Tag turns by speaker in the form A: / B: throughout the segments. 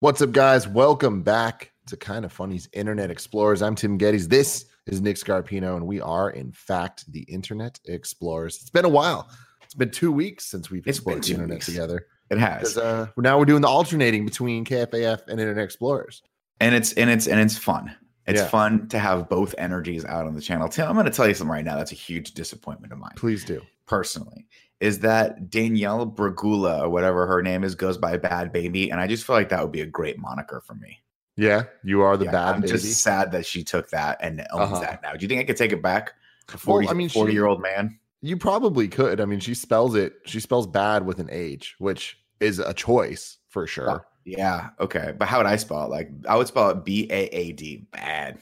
A: What's up, guys? Welcome back to Kind of Funny's Internet Explorers. I'm Tim Geddes. This is Nick Scarpino, and we are, in fact, the Internet Explorers. It's been a while. It's been two weeks since we've
B: It's been
A: explored the
B: two
A: internet
B: weeks.
A: together.
B: It
A: Because
B: has,
A: uh, now we're doing the alternating between KFAF and Internet Explorers.
B: and it's and it's and it's fun. It's
A: Yeah.
B: fun to have both energies out on the channel. Tim, I'm going to tell you something right now. That's a huge disappointment of mine,
A: Please do.
B: personally. Is that Danielle Bragula or whatever her name is goes by Bad Baby, and I just feel like that would be a great moniker for me.
A: Yeah, you are the
B: Yeah,
A: bad
B: I'm
A: baby.
B: just sad that she took that and owns
A: Uh-huh.
B: that now. Do you think I could take it back? A 40,
A: I mean, she-
B: 40 year old man.
A: You probably could. I mean, she spells it. She spells bad with an H, which is a choice for sure.
B: Yeah. Okay. But how would I spell it? Like I would spell it B A A D. Bad.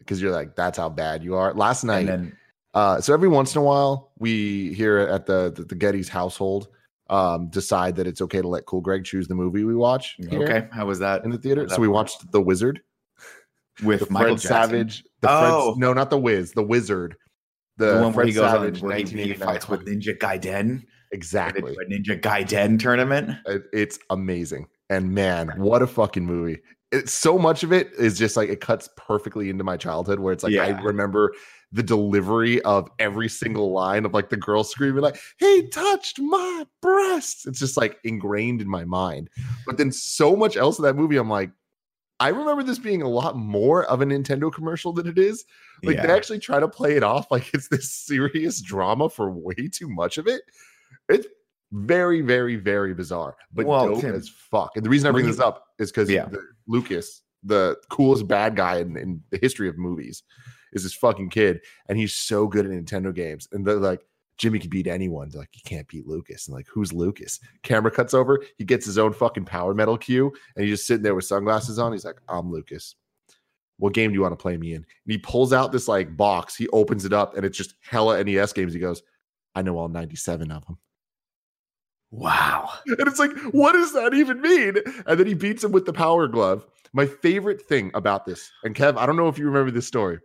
A: Because you're like, that's how bad you are. Last night,
B: And then
A: Uh, so every once in a while, we here at the the, the Getty's household um, decide that it's okay to let Cool Greg choose the movie we watch. here
B: okay. How was that
A: In the theater, so
B: That
A: we
B: works.
A: watched The Wizard,
B: with
A: the
B: Michael
A: Fred
B: Jackson?
A: Savage, the Fred-
B: Oh.
A: no, not the Wiz, the Wizard, the,
B: the one where
A: Fred
B: he goes
A: Savage,
B: on where he- he
A: 1989
B: fights with Ninja Gaiden.
A: exactly.
B: A Ninja Gaiden tournament.
A: It- it's amazing, and man, what a fucking movie! It's so much of it is just like it cuts perfectly into my childhood, where it's like I
B: Yeah.
A: remember the delivery of every single line of like the girl screaming like he touched my breasts it's just like ingrained in my mind but then so much else of that movie i'm like i remember this being a lot more of a nintendo commercial than it is like they
B: Yeah.
A: actually try to play it off like it's this serious drama for way too much of it it's very very very bizarre but
B: Well,
A: dope
B: Tim,
A: as fuck and the reason i
B: when
A: bring
B: you-
A: this up is because
B: Yeah.
A: lucas the coolest bad guy in, in the history of movies is this fucking kid, and he's so good at Nintendo games. And they're like, Jimmy can beat anyone. They're like, you can't beat Lucas. And like, who's Lucas? Camera cuts over. He gets his own fucking power metal cue, and he's just sitting there with sunglasses on. He's like, I'm Lucas. What game do you want to play me in? And he pulls out this like box. He opens it up, and it's just hella NES games. He goes, I know all 97 of them.
B: Wow.
A: And it's like, what does that even mean? And then he beats him with the power glove. My favorite thing about this, and Kev, I don't know if you remember this story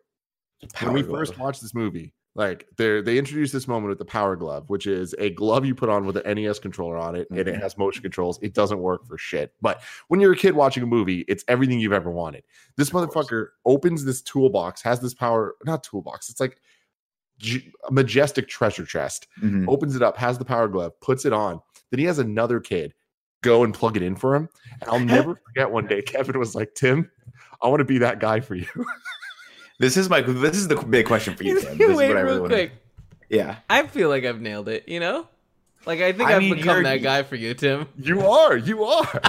A: when we
B: Power
A: first
B: glove.
A: watched this movie, like they they introduced this moment with the power glove, which is a glove you put on with an NES controller on it, and it
B: Mhm.
A: has motion controls. It doesn't work for shit. But when you're a kid watching a movie, it's everything you've ever wanted. This
B: Of course.
A: motherfucker opens this toolbox, has this power, not toolbox. It's like j- a majestic treasure chest.
B: Mhm.
A: Opens it up, has the power glove, puts it on. Then he has another kid go and plug it in for him. And I'll never forget one day Kevin was like, "Tim, I want to be that guy for you."
B: This is my this is the big question for you, Tim. This is
C: Wait,
B: what I really
C: real
B: want to
C: quick.
B: Yeah.
C: I feel like I've nailed it. You know, like I think
B: I
C: I have
B: mean, you're-
C: become that guy for you, Tim.
A: You are. You are.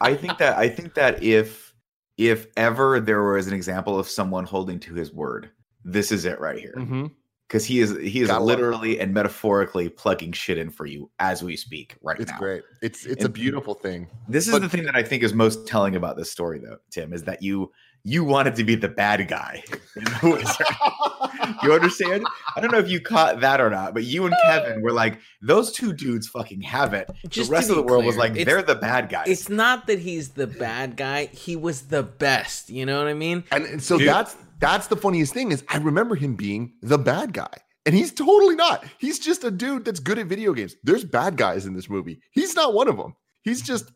B: I think that I think that if if ever there was an example of someone holding to his word, this is it right here.
A: Mm-hmm.
B: Because he is he is
A: Gotta love it.
B: literally and metaphorically plugging shit in for you as we speak right
A: It's
B: now.
A: great. It's it's a
B: And-
A: beautiful thing.
B: This is
A: But-
B: the thing that I think is most telling about this story, though, Tim, is that you you wanted to be the bad guy. in The Wizard. you understand? I don't know if you caught that or not, but you and Kevin were like, those two dudes fucking have it.
C: Just
B: the rest
C: to
B: of the
C: be
B: world was
C: clear,
B: like,
C: it's-
B: they're the bad guys.
C: It's not that he's the bad guy. He was the best. You know what I mean?
A: And, and so
B: Dude.
A: that's that's the funniest thing is I remember him being the bad guy. And he's totally not. He's just a dude that's good at video games. There's bad guys in this movie. He's not one of them. He's just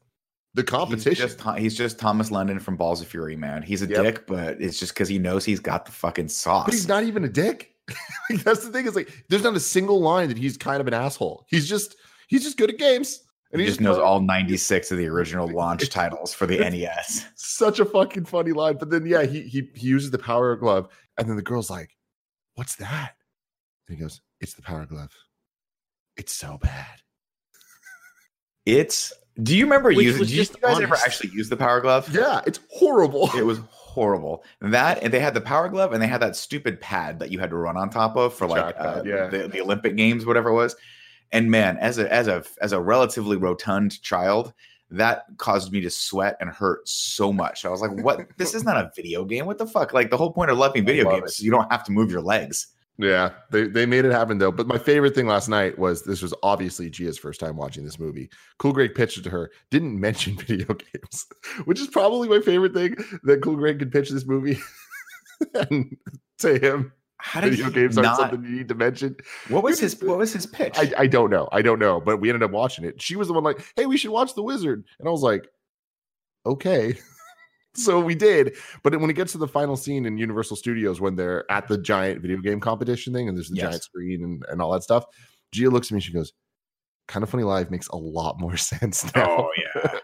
A: the competition.
B: He's just, Tho- he's just Thomas London from Balls of Fury, man. He's a
A: Yep.
B: dick, but it's just because he knows he's got the fucking
A: but he's
B: sauce.
A: not even a dick. Like, that's the thing is like there's not a single line that he's kind of an asshole. He's just he's just good at games.
B: He just knows all 96 of the original launch titles for the E NES.
A: such a fucking funny line. But then yeah, he he, he uses the power glove, and then the girl's like, "What's that?" And he goes, "It's the power glove. It's so bad."
B: It's. Do you remember
C: Which
B: using?
C: was
B: Do you
C: just
B: guys ever
C: honest.
B: actually use the power glove?
A: Yeah, it's horrible.
B: It was horrible. That and they had the power glove and they had that stupid pad that you had to run on top of for like
A: Track pad,
B: uh,
A: yeah.
B: the, the Olympic Games, whatever it was. And man, as a as a as a relatively rotund child, that caused me to sweat and hurt so much. I was like, "What? this is not a video game. What the fuck? Like the whole point of loving video
A: love
B: games is you don't have to move your legs."
A: Yeah, they, they made it happen though. But my favorite thing last night was this was obviously Gia's first time watching this movie. Cool Greg pitched it to her, didn't mention video games, which is probably my favorite thing that Cool Greg could pitch this movie and to him.
B: How did
A: Video
B: you
A: games aren't
B: not?
A: something you need to mention.
B: what was
A: Dude,
B: his What was his pitch?
A: I, I don't know. I don't know. But we ended up watching it. She was the one like, hey, we should watch The Wizard. And I was like, okay. so we did. But when it gets to the final scene in Universal Studios, when they're at the giant video game competition thing and there's the
B: Yes.
A: giant screen and, and all that stuff, Gia looks at me. She goes, Kind of Funny Live makes a lot more sense now.
B: Oh yeah,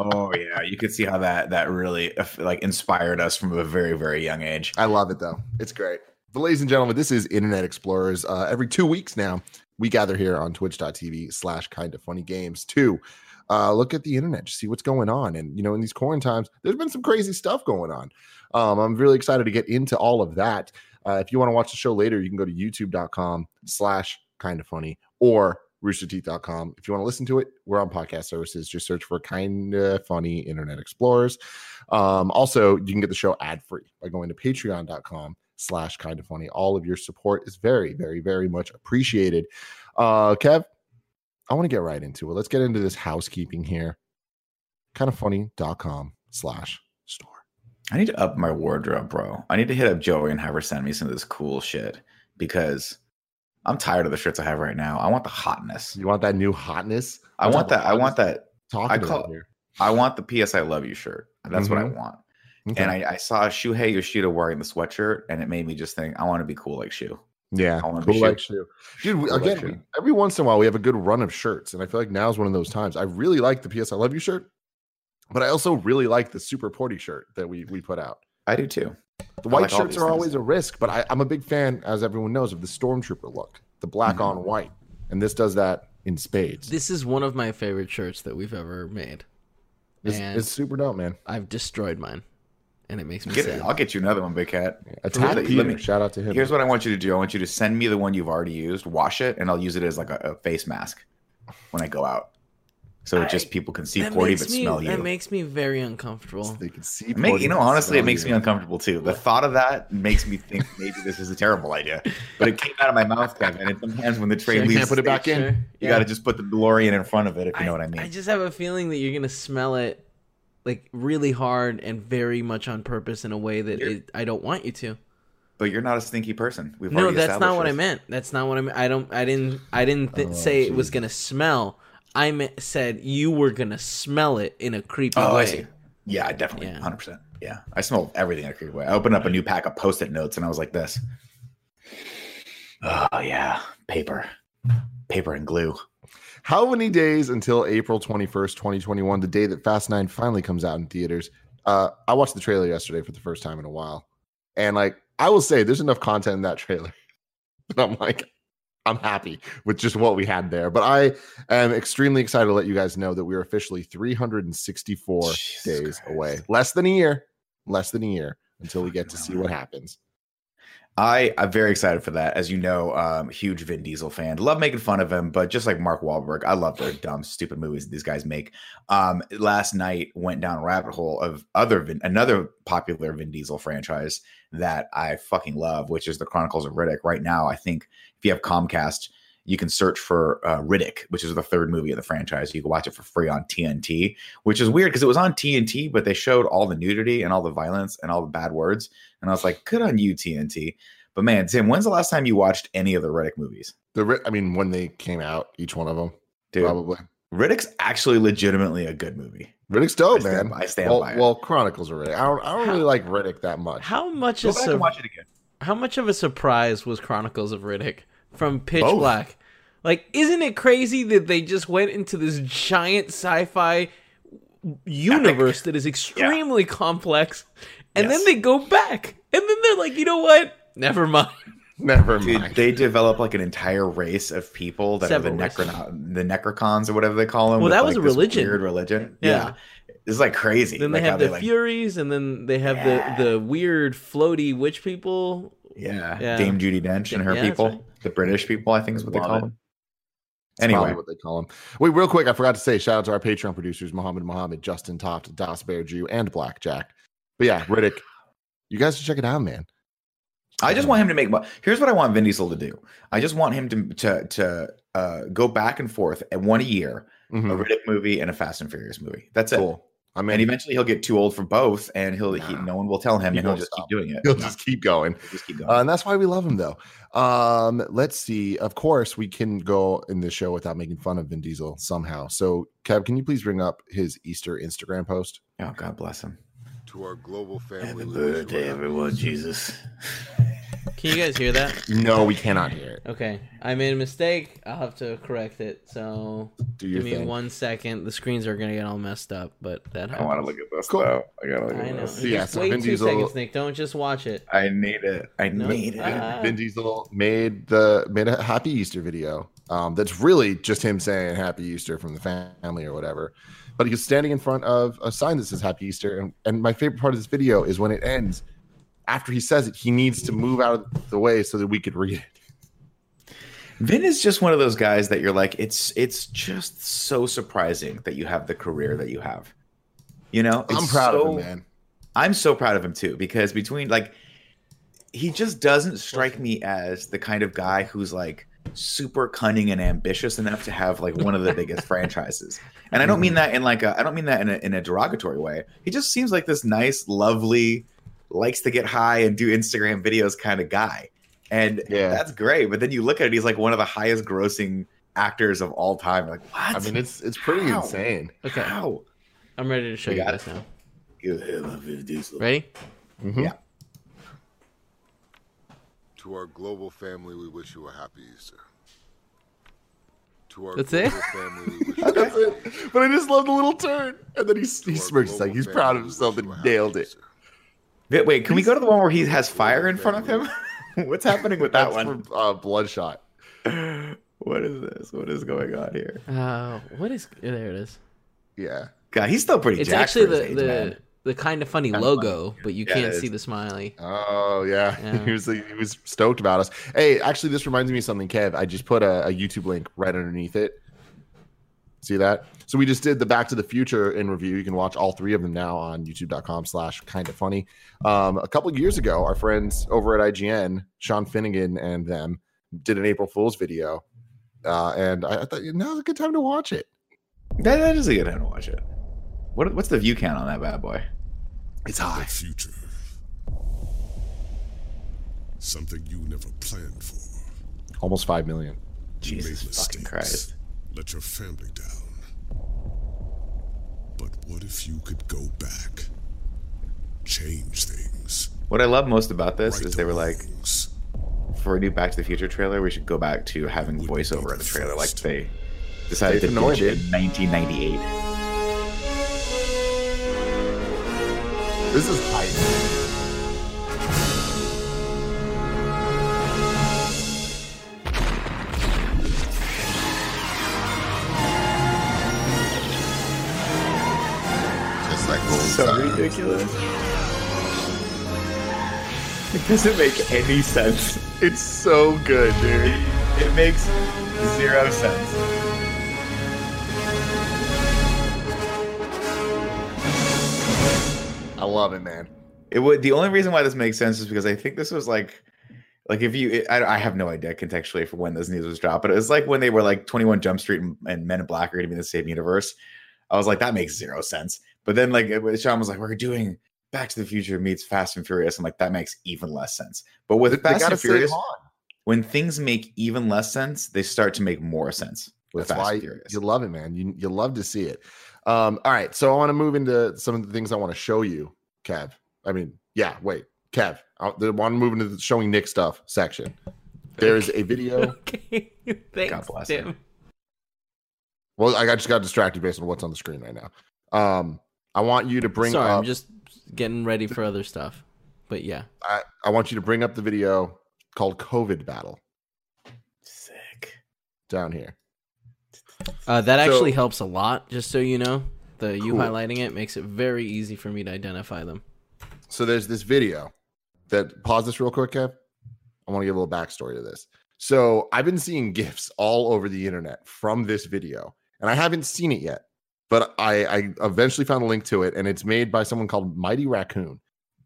B: oh yeah. You could see how that that really uh, like inspired us from a very very young age.
A: I love it though. It's great. But ladies and gentlemen, this is Internet Explorers. Uh, every two weeks now, we gather here on twitch.tv slash kind of funny games to uh, look at the internet, to see what's going on. And, you know, in these quarantine times, there's been some crazy stuff going on. Um, I'm really excited to get into all of that. Uh, if you want to watch the show later, you can go to youtube.com slash kind of funny or roosterteeth.com. If you want to listen to it, we're on podcast services. Just search for kind of funny Internet Explorers. Um, also, you can get the show ad free by going to patreon.com slash kind of funny. All of your support is very, very, very much appreciated. Uh, Kev, I want to get right into it. Let's get into this housekeeping here. Kind of funny.com slash store.
B: I need to up my wardrobe, bro. I need to hit up Joey and have her send me some of this cool shit because I'm tired of the shirts I have right now. I want the hotness.
A: You want that new hotness?
B: I
A: What
B: want
A: type
B: that.
A: of
B: I want
A: hotness
B: that.
A: Talking
B: I
A: about
B: call-
A: here.
B: I want the PS I love you shirt. That's what I
A: Mhm.
B: want.
A: Okay.
B: And I, I saw Shuhei Yoshida wearing the sweatshirt, and it made me just think, I want to be cool like Shu.
A: yeah,
B: I wanna be
A: cool
B: sure.
A: like shoe. Dude, we,
B: Cool like
A: again,
B: shoe.
A: we- every once in a while we have a good run of shirts, and I feel like now is one of those times. I really like the PS I Love You shirt, but I also really like the Super Porty shirt that we we put out.
B: I do too.
A: The
B: I
A: white
B: like all
A: shirts
B: these
A: are
B: things.
A: always a risk, but I, I'm a big fan, as everyone knows, of the stormtrooper look, the black
B: Mhm.
A: on white, and this does that in spades.
C: This is one of my favorite shirts that we've ever made.
A: It's,
C: and
A: it's super dope, man.
C: I've destroyed mine. And it makes me
B: Get
C: sad.
B: it. I'll get you another one, Big Cat.
A: Attack
B: let me-
A: Peter,
B: let me-
A: shout out to him.
B: Here's what I want you to do. I want you to send me the one you've already used, wash it, and I'll use it as like a, a face mask when I go out. So it just people can see
C: That
B: 40
C: makes
B: but
C: me-
B: smell you.
C: That makes me very uncomfortable.
A: they can see.
B: It make-
A: Porty
B: you know,
A: and
B: honestly, it
A: smell
B: makes
A: you.
B: me uncomfortable too. The thought of that makes me think maybe this is a terrible idea. But it came out of my mouth, Kevin. And sometimes when the train
C: Sure,
B: leaves,
A: can't put it back in.
C: Sure.
B: You
C: Yeah.
B: got to just put the DeLorean in front of it, if you know what I mean.
C: I just have a feeling that you're gonna smell it like really hard and very much on purpose in a way that
B: You're-
C: it, I don't want you to.
B: but you're not a stinky person. We've
C: No,
B: already
C: that's not
B: established
C: what I
B: this.
C: meant. That's not what I meant. I don't. I didn't. I didn't th-
A: Oh,
C: say it was
A: jeez.
C: gonna smell. I meant, said you were gonna smell it in a creepy
B: Oh,
C: way.
B: I see. Yeah, definitely,
C: Yeah.
B: hundred percent. Yeah, I smelled everything in a creepy way. I opened up a new pack of post-it notes, and I was like, "This, oh yeah, paper, paper and glue."
A: How many days until April 21st, 2021, the day that Fast 9 finally comes out in theaters? Uh, I watched the trailer yesterday for the first time in a while. And like I will say there's enough content in that trailer. that I'm like I'm happy with just what we had there. But I am extremely excited to let you guys know that we are officially 364
B: Jesus
A: days
B: Christ.
A: away. Less than a year. Less than a year until we get to
B: Fucking
A: see
B: hell.
A: what happens.
B: I I'm very excited for that. As you know, um, huge Vin Diesel fan. Love making fun of him, but just like Mark Wahlberg, I love their dumb, stupid movies these guys make. Um, last night went down a rabbit hole of other Vin, another popular Vin Diesel franchise that I fucking love, which is the Chronicles of Riddick. Right now, I think if you have Comcast, you can search for uh, Riddick, which is the third movie of the franchise. You can watch it for free on TNT, which is weird because it was on TNT, but they showed all the nudity and all the violence and all the bad words. And I was like, good on you, TNT. But man, Tim, when's the last time you watched any of the Riddick movies?
A: The ri- I mean when they came out, each one of them
B: Dude,
A: probably.
B: Riddick's actually legitimately a good movie.
A: Riddick's
B: I
A: dope,
B: stand,
A: Oh, man.
B: by- I stand
A: well,
B: by it.
A: well, Chronicles of Riddick. I don't, I don't really like Riddick that much.
C: How much
B: Go
C: is
B: back
C: so?
B: and watch it again.
C: how much of a surprise was Chronicles of Riddick from Pitch
A: Both.
C: Black? Like, isn't it crazy that they just went into this giant sci-fi universe that is extremely complex, and
B: Yes.
C: then they go back, and then they're like, you know what? Never mind.
A: Never
B: Dude,
A: mind.
B: they develop like an entire race of people that
C: Several
B: are the,
C: races.
B: necron- the Necrocons or whatever they call them.
C: Well,
B: with,
C: that was
B: like,
C: a
B: this
C: religion.
B: Weird religion.
C: Yeah.
B: Yeah. It's like crazy.
C: Then
B: like,
C: they
B: how
C: have the
B: like-
C: Furies, and then they have
B: Yeah.
C: the the weird floaty witch people.
B: yeah,
C: Yeah.
B: Dame Judy Dench and her
C: Yeah, that's
B: people,
C: right.
B: the British people, I think is what they
A: Love
B: call
A: it.
B: them.
A: That's probably
B: Anyway,
A: what they call him. Wait, real quick, I forgot to say shout out to our Patreon producers, Mohammed Mohammed, Justin Toft, Das Bear Jew, and Blackjack. But yeah, Riddick, you guys should check it out, man.
B: I just want him to make. mo- Here's what I want Vin Diesel to do. I just want him to to to uh, go back and forth at one a year,
A: Mhm.
B: a Riddick movie and a Fast and Furious movie. Mm-hmm. That's it.
A: Cool. I mean,
B: And eventually he'll get too old for both, and he'll he,
A: Nah.
B: no one will tell him,
A: He
B: and he'll
A: won't
B: just
A: stop.
B: keep doing it.
A: he'll
B: Nah,
A: just keep going.
B: he'll just keep going.
A: Uh, and that's why we love him, though. Um, let's see. Of course, we can go in this show without making fun of Vin Diesel somehow. So, Kev, can you please bring up his Easter Instagram post?
B: Oh, God bless him.
D: to our global family.
B: Happy
D: leaders
B: birthday,
D: around
B: everyone, Jesus.
C: Can you guys hear that?
A: No, we cannot hear it.
C: Okay, I made a mistake. I'll have to correct it. So
A: Do your
C: give me
A: thing.
C: one second. The screens are gonna get all messed up, but that
B: Oh, I want to
C: happens.
B: look at this,
A: Cool.
B: though. I gotta look
C: I
B: at
C: know.
B: this.
A: Yeah,
C: Just
A: so
C: wait
A: Vin
C: two
A: Diesel-
C: seconds, Nick. Don't just watch it.
B: I need it. I
C: No.
B: need it.
C: Uh-uh.
A: Vin Diesel made the made a Happy Easter video. Um, that's really just him saying Happy Easter from the family or whatever. But he was standing in front of a sign that says Happy Easter, and, and my favorite part of this video is when it ends. After he says it, he needs to move out of the way so that we could read it.
B: Vin is just one of those guys that you're like, it's it's just so surprising that you have the career that you have. You know,
A: I'm
B: It's
A: proud
B: so-
A: of him, man.
B: I'm so proud of him too because between like he just doesn't strike me as the kind of guy who's like super cunning and ambitious enough to have like one of the biggest franchises. And I don't mean that in like a I don't mean that in a in a derogatory way. He just seems like this nice, lovely, likes to get high and do Instagram videos kind of guy. And
A: Yeah.
B: that's great, but then you look at it he's like one of the highest grossing actors of all time. You're like, what?
A: I mean, it's it's pretty
B: How?
A: insane.
C: Okay,
B: how?
C: I'm ready to show
B: We
C: you
B: got
C: guys now.
B: You have a diesel.
C: Ready?
A: Mhm.
B: Yeah.
D: To our global family, we wish you a happy Easter. To our
C: That's
D: global
C: it?
D: family, we wish you
A: That's it. But I just love the little turn, and then he he
D: To our
A: smirks. He's
D: global
A: like he's proud
D: family,
A: of
D: we
A: himself
D: wish you
A: and
D: a happy
A: nailed it.
D: Easter.
B: Wait, wait, can we go to the one where he has fire in front of him? What's happening with that
A: That's
B: one?
A: from uh, Bloodshot.
B: What is this? What is going on here?
C: Uh, what is? There it is.
A: Yeah.
B: God, he's still pretty.
C: It's
B: jacked
C: actually
B: for his
C: the
B: age,
C: the,
B: man.
C: the kind of funny
B: Kinda
C: logo, but you
B: Yeah, it
C: can't
B: is.
C: see the smiley.
A: Oh yeah,
C: Yeah.
A: he was he was stoked about us. Hey, actually, this reminds me of something, Kev. I just put a, a YouTube link right underneath it. See that? So we just did the Back to the Future in review. You can watch all three of them now on YouTube.com/slash Kind of Funny. Um, a couple years ago, our friends over at IGN, Sean Finnegan and them, did an April Fool's video, uh, and I, I thought now's a good time to watch it.
B: That, that is a good time to watch it. What what's the view count on that bad boy?
A: It's high.
E: future. Something you never planned for.
A: Almost five million.
E: You
B: Jesus
E: made
B: fucking
E: mistakes,
B: Christ!
E: Let your family down. But what if you could go back? Change things.
B: What I love most about this
E: right
B: is
E: the
B: they were like,
E: wrongs.
B: for a new Back to the Future trailer, we should go back to having
E: Wouldn't be
B: voiceover in the
E: the
B: trailer, like
E: first.
B: they decided
A: They've
B: to
A: annoyed
B: ditch it in 1998.
A: This is high.
D: Just like old
B: so
D: times.
B: ridiculous. It doesn't make any sense.
A: It's so good, dude.
B: It makes zero sense.
A: I love it, man.
B: It would. The only reason why this makes sense is because I think this was like, like if you, I, I have no idea contextually for when this news was dropped, but it was like when they were like Twenty One Jump Street and, and Men in Black are going to be in the same universe. I was like, that makes zero sense. But then like it was- Sean was like, we're doing Back to the Future meets Fast and Furious. I'm like, that makes even less sense. But with
A: They
B: Fast
A: gotta
B: and
A: stay
B: Furious,
A: Han.
B: when things make even less sense, they start to make more sense. With
A: That's
B: Fast
A: why
B: and Furious.
A: you love it, man. You you love to see it. Um, all right, so I want to move into some of the things I want to show you, Kev. I mean, yeah, wait, Kev. I want to move into the showing Nick stuff section. There is a video.
C: Okay, thanks,
B: bless
C: Tim.
B: her.
A: Well, I got- just got distracted based on what's on the screen right now. Um, I want you to bring
C: Sorry,
A: up.
C: I'm just getting ready for other stuff. But yeah,
A: I, I want you to bring up the video called "COVID Battle"
B: Sick.
A: down here.
C: uh, that
A: So-
C: actually helps a lot. Just so you know, the you
A: Cool.
C: highlighting it makes it very easy for me to identify them.
A: so there's this video that pause this real quick, Kev. I want to give a little backstory to this. So I've been seeing gifs all over the internet from this video, and I haven't seen it yet, but I, I eventually found a link to it, and it's made by someone called Mighty Raccoon,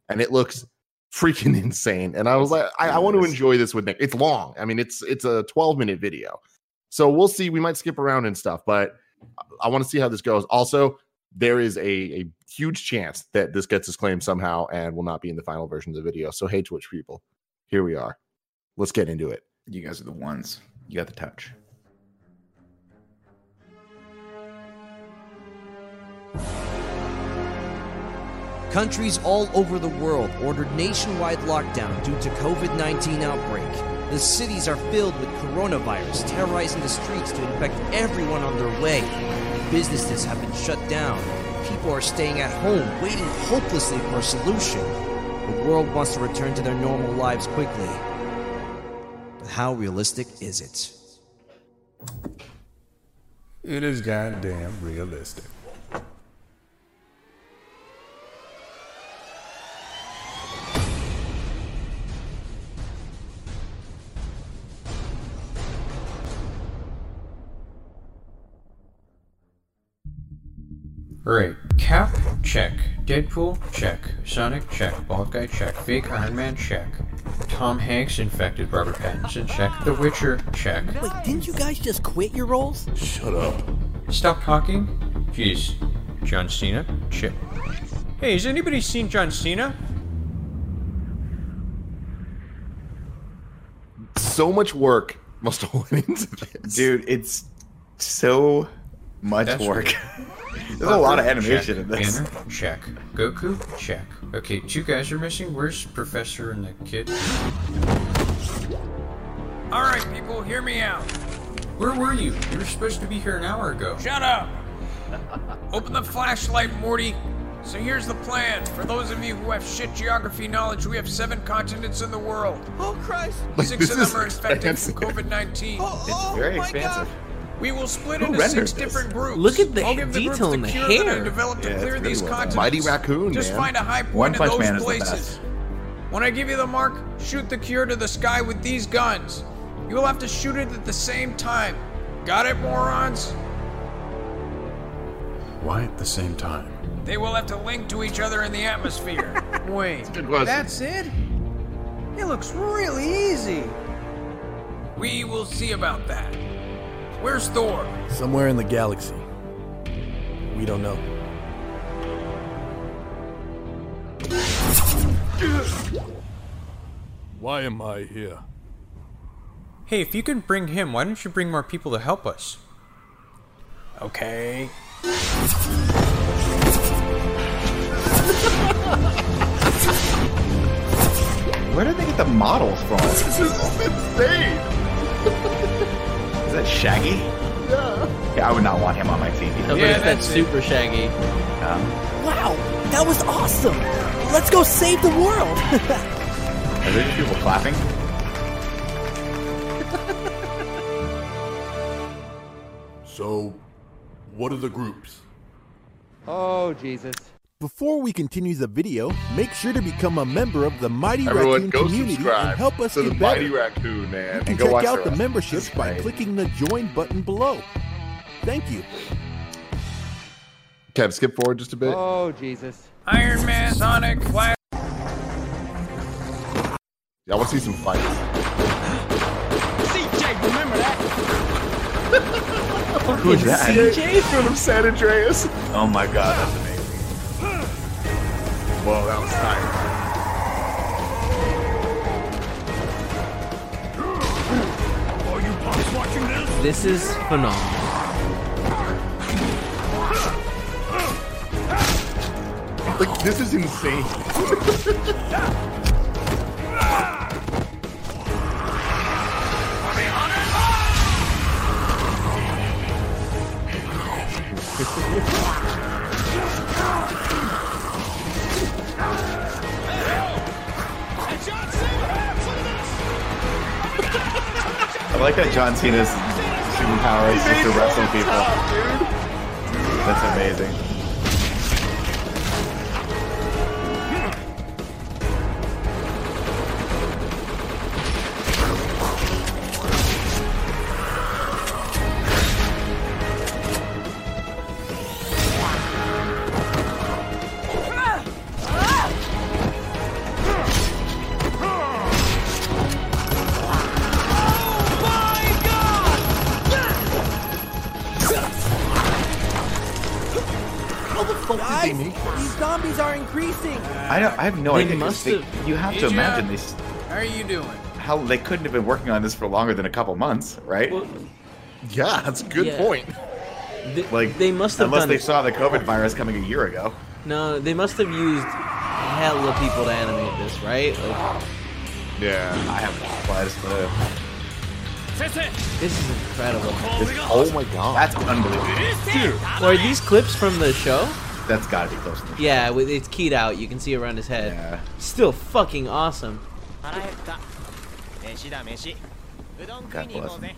A: and it looks freaking insane. And I was like, I, I want to
B: Yes.
A: enjoy this with Nick. It's long. I mean, it's it's a 12 minute video, so we'll see. We might skip around and stuff, but I want to see how this goes. Also, there is a, a huge chance that this gets disclaimed somehow and will not be in the final version of the video. So, hey, Twitch people, here we are. Let's get into it.
B: You guys are the ones. You got the touch.
F: Countries all over the world ordered nationwide lockdown due to COVID 19 outbreak. The cities are filled with coronavirus terrorizing the streets to infect everyone on their way. Businesses have been shut down. People are staying at home, waiting hopelessly for a solution. The world wants to return to their normal lives quickly. But how realistic is it?
G: It is goddamn realistic.
H: Alright, Cap, check. Deadpool, check. Sonic, check. Bald Guy, check. Fake Iron Man, check. Tom Hanks infected Robert Pattinson, check. The Witcher, check.
F: Wait, didn't you guys just quit your roles?
H: Stop talking? Jeez. John Cena? Shit. Hey, has anybody seen John Cena?
A: So much work must have went into this.
B: dude. It's so much
H: That's
B: work. There's a lot of
H: Check.
B: animation in this.
H: Banner? Check. Goku? Check. Okay, two guys are missing. Where's Professor and the kid? Alright, people, hear me out. Where were you? You were supposed to be here an hour ago.
I: Shut up! Open the flashlight, Morty. So here's the plan. For those of you who have shit geography knowledge, we have seven continents in the world.
F: Oh, Christ!
I: Six of
A: this
I: them are
A: is
I: infected
A: expensive.
I: from COVID 19.
F: Oh, oh
B: Very
F: my God.
B: expansive.
I: We will split
B: Who
I: into
B: rendered
I: six
B: this?
I: different groups.
C: Look at the
I: I'll give
C: detail
I: groups
C: in the
I: cure that
C: hair.
I: I developed
B: Yeah,
I: to
B: it's
I: clear
B: really
I: these
B: well done.
I: continents.
A: Mighty raccoon,
I: Just
A: man.
I: find a high point
B: One
I: in
B: Punch
I: those
B: Man is the
I: places.
B: best.
I: When I give you the mark, shoot the cure to the sky with these guns. You will have to shoot it at the same time. Got it, morons?
G: Why at the same time?
I: They will have to link to each other in the atmosphere. Wait,
A: good question.
I: that's it? It looks really easy. We will see about that. Where's Thor?
G: Somewhere in the galaxy. We don't know. Why am I here?
H: Hey, if you can bring him, why don't you bring more people to help us?
I: Okay.
B: Where did they get the models from? Is
A: This is insane.
B: that Shaggy? Yeah, I would not want him on my TV.
C: yeah, that's
I: that's it.
C: super shaggy.
F: Wow, that was awesome! Let's go save the world!
B: Are there just people clapping?
G: So, what are the groups?
J: Oh, Jesus.
K: Before we continue the video, make sure to become a member of the Mighty
A: Everyone,
K: Raccoon
A: go
K: community
A: subscribe
K: and help us
A: to
K: get
A: the
K: better.
A: Mighty Raccoon, man.
K: you
A: and
K: can
A: go watch
K: check
A: the
K: out the
A: rest.
K: memberships by
A: Right.
K: clicking the join button below. Thank you.
A: Kev, skip forward just a bit.
J: Oh, Jesus.
I: Iron Man, Sonic, Flash.
A: Yeah, I want to see some fights.
I: CJ, remember that?
B: Who's that?
A: CJ from San Andreas.
B: Oh my god, that's amazing.
A: Whoa, that was tight.
C: This is phenomenal.
A: Like this is insane.
B: I like that John Cena's superpower is just to wrestle people. That's amazing.
F: Guys, these zombies are increasing!
B: I don't. I have no
C: They
B: idea. 'cause
C: must
B: they-
C: have-
B: you have to
I: Did ya?
B: imagine these.
I: How are you doing?
B: How they couldn't have been working on this for longer than a couple months, right?
C: Well,
A: Yeah, that's a good
C: Yeah.
A: point.
C: Th-
B: like
C: they must have
B: unless
C: done
B: they
C: it.
B: saw the COVID virus coming a year ago.
C: No, they must have used
F: hella people to animate this, right? Like,
A: yeah,
B: I have the slightest clue.
F: This is incredible.
A: oh my god,
B: that's unbelievable.
F: Dude. Or these clips from the show?
B: That's got to be close. To the
F: Yeah, with- it's keyed out. You can see around his head.
B: Yeah.
F: Still fucking awesome.
B: God bless him.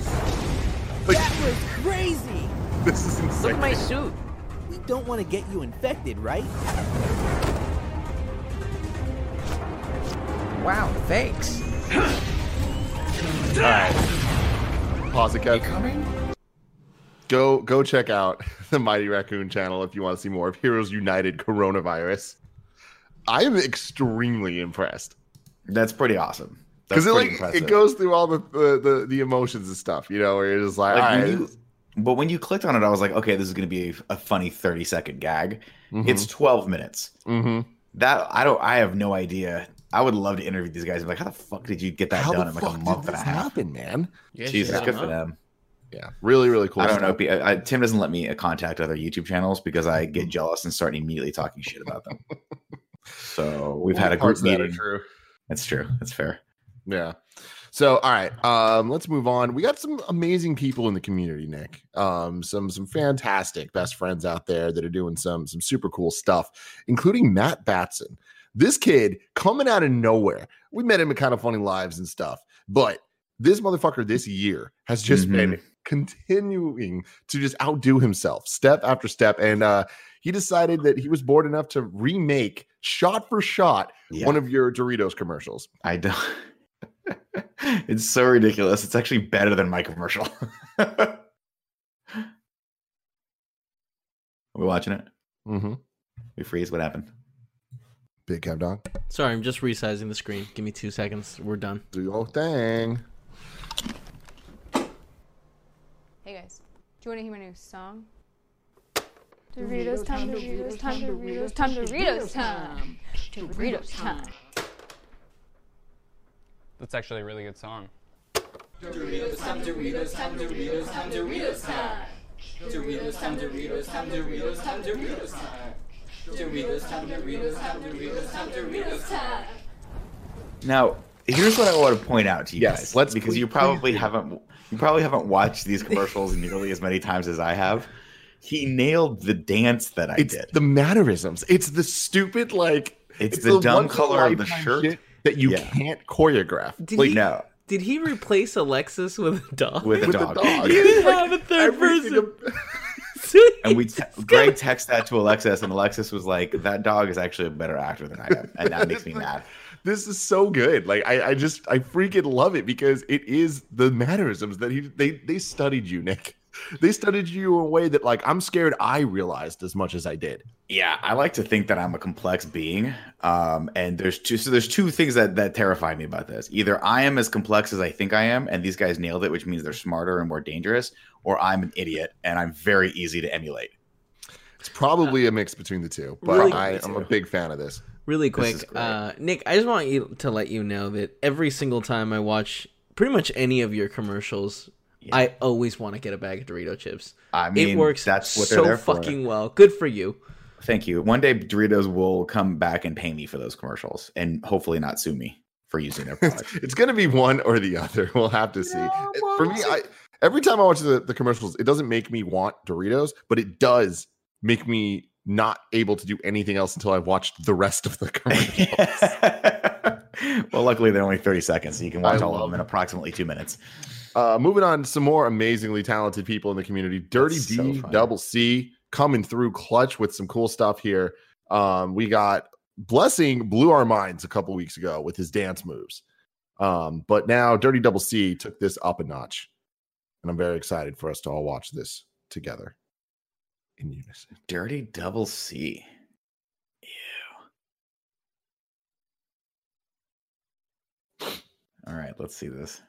L: That was crazy.
A: This is insane.
L: Look at my suit.
M: We don't want to get you infected, right?
H: Wow, thanks.
A: Pause it, Kev. Go go check out the Mighty Raccoon channel if you want to see more of Heroes United Coronavirus. I am extremely impressed
B: That's pretty awesome.
A: because
B: That's
A: it
B: pretty
A: like
B: impressive.
A: it goes through all the, the the the emotions and stuff, you know, where you're just like,
B: Like,
A: all
B: when
A: right,
B: you- but when you clicked on it, I was like, okay, this is going to be a, a funny 30 second gag.
A: Mm-hmm.
B: It's 12 minutes.
A: Mhm.
B: That I don't, I have no idea. I would love to interview these guys. I'm like, how the fuck did you get that
A: how
B: done
A: the
B: in like
A: fuck
B: a
A: did
B: month and a
A: this
B: half?
A: happen, man?
B: Jesus, good for them.
A: Yeah, really, really cool.
B: I don't
A: stuff.
B: know. P- I, I- Tim doesn't let me uh, contact other YouTube channels because I get jealous and start immediately talking shit about them. so we've
A: Only
B: had a group
A: parts of that are
B: meeting.
A: true.
B: That's true. That's fair.
A: Yeah. So, all right, um, let's move on. We got some amazing people in the community, Nick. Um, some some fantastic best friends out there that are doing some some super cool stuff, including Matt Batson. This kid coming out of nowhere. We met him at Kind of Funny Lives and stuff, but this motherfucker this year has just been continuing to just outdo himself step after step, and uh, he decided that he was bored enough to remake shot for shot
B: Yeah.
A: one of your Doritos commercials.
B: I don't. it's so ridiculous. It's actually better than my commercial. Are we watching it?
A: Mm-hmm.
B: We freeze. What happened?
A: Big Kev Dog.
C: Sorry, I'm just resizing the screen. Give me two seconds. We're done.
A: Do your thing.
N: Hey guys, do you want to hear my new song? Doritos time, Doritos time, Doritos time, Doritos time, Doritos time.
O: That's actually a really good song.
P: Doritos time, Doritos time, Doritos time, Doritos time. Doritos time, Doritos time, Doritos time, Doritos time. Doritos time, Doritos time, Doritos time, Doritos time.
B: Now, here's what I want to point out to you guys. Let's because you probably
P: please do.
B: haven't you probably haven't watched these commercials nearly as many times as I have. He nailed the dance that I
A: it's
B: did.
A: the mannerisms. It's the stupid like.
B: It's the dumb
A: once in a
B: color of the
A: lifetime
B: shirt.
A: shit that you can't choreograph.
C: Did
A: like
C: he-
A: no,
C: Did he replace Alexis with a dog?
B: With a With a dog. dog.
C: he didn't have a third person.
B: And we te- Greg texted that to Alexis, and Alexis was like, "That dog is actually a better actor than I am," and that makes me mad.
A: this is so good. Like I, I just I freaking love it because it is the mannerisms that he they they studied you, Nick. They studied you in a way that like I'm scared I realized as much as I did.
B: Yeah, I like to think that I'm a complex being. Um, and there's two so there's two things that that terrify me about this. Either I am as complex as I think I am, and these guys nailed it, which means they're smarter and more dangerous, or I'm an idiot and I'm very easy to emulate.
A: It's probably a mix between the two, but
C: Really-
A: I, I'm a big fan of this.
C: Really
A: This is
C: quick,
A: great.
C: uh, Nick, I just want you to let you know that every single time I watch pretty much any of your commercials, I always want to get a bag of Dorito chips.
B: I mean,
C: it works
B: that's what they're
C: so
B: there for.
C: fucking well. Good for you.
B: Thank you. One day Doritos will come back and pay me for those commercials and hopefully not sue me for using their product.
A: it's gonna be one or the other. We'll have to see. For me, I every time I watch the, the commercials, it doesn't make me want Doritos, but it does make me not able to do anything else until I've watched the rest of the commercials.
B: well, luckily they're only 30 seconds, so you can watch
A: I
B: all of
A: love
B: them in approximately two minutes.
A: uh, moving on, some more amazingly talented people in the community. Dirty
B: That's
A: D
B: so fun.
A: Double C coming through clutch with some cool stuff here. Um, we got Blessing blew our minds a couple weeks ago with his dance moves, um, but now Dirty Double C took this up a notch, and I'm very excited for us to all watch this together. In unison.
B: Dirty double C. All right, let's see this.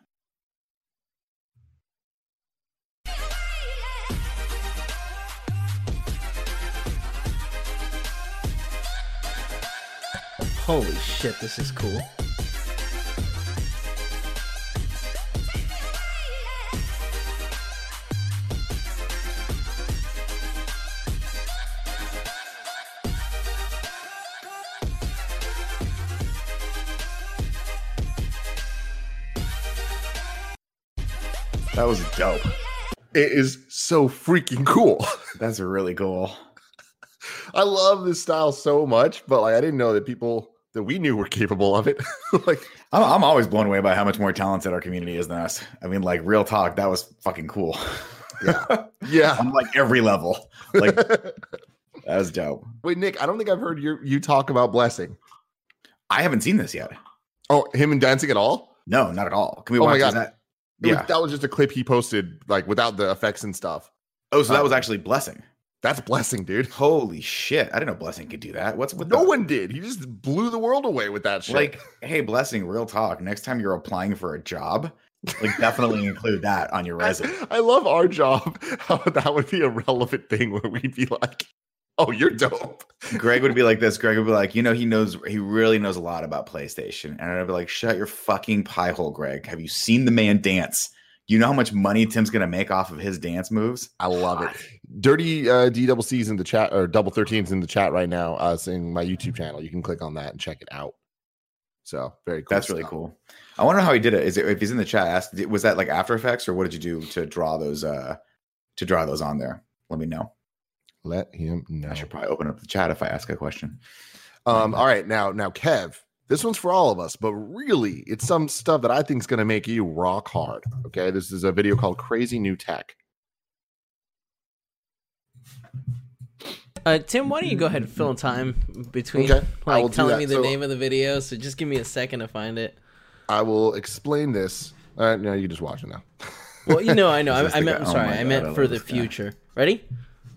C: Holy shit, this is cool.
B: That was dope.
A: It is so freaking cool.
B: That's really cool.
A: I love this style so much, but like I didn't know that people that we knew were capable of it. like
B: I'm, I'm always blown away by how much more talented our community is than us. I mean, like real talk, that was fucking cool.
A: Yeah. Yeah.
B: I'm like every level. Like that was dope.
A: Wait, Nick, I don't think I've heard your, you talk about blessing.
B: I haven't seen this yet.
A: Oh, him and dancing at all?
B: No, not at all. Can we
A: oh
B: watch
A: my god,
B: that?
A: It was-
B: Yeah.
A: that was just a clip he posted, like without the effects and stuff.
B: Oh, so that was actually blessing.
A: That's blessing, dude.
B: Holy shit. I didn't know blessing could do that. What's with
A: No
B: the-
A: one did. He just blew the world away with that shit.
B: like hey blessing real talk next time you're applying for a job like definitely include that on your resume
A: I love our job. How that would be a relevant thing where we'd be like, "Oh, you're dope."
B: greg would be like this greg would be like you know he knows he really knows a lot about playstation and i'd be like shut your fucking pie hole greg have you seen the man dance you know how much money tim's gonna make off of his dance moves
A: I love it. Dirty uh, D double C's in the chat or double 13s in the chat right now. Uh, saying my YouTube channel. You can click on that and check it out. So very cool.
B: that's really
A: stuff.
B: cool i wonder how he did it is it if he's in the chat ask was that like after effects or what did you do to draw those uh to draw those on there let me know
A: Let him know.
B: i should probably open up the chat if i ask a question
A: Um, all right, now now Kev, this one's for all of us, but really it's some stuff that I think is gonna make you rock hard. Okay, this is a video called Crazy New Tech.
C: Uh, Tim, why don't you go ahead and fill in time between
A: Okay, I will
C: like
A: do
C: telling
A: that.
C: me the
A: So-
C: name of the video? So just give me a second to find it.
A: I will explain this. All right, no, you just watch it now.
C: Well, you know, I know.
A: Is this
C: I, I
A: the
C: meant.
A: guy-
C: I'm
A: oh
C: sorry.
A: my
C: I
A: God,
C: meant
A: love
C: for the
A: this guy.
C: future. Ready?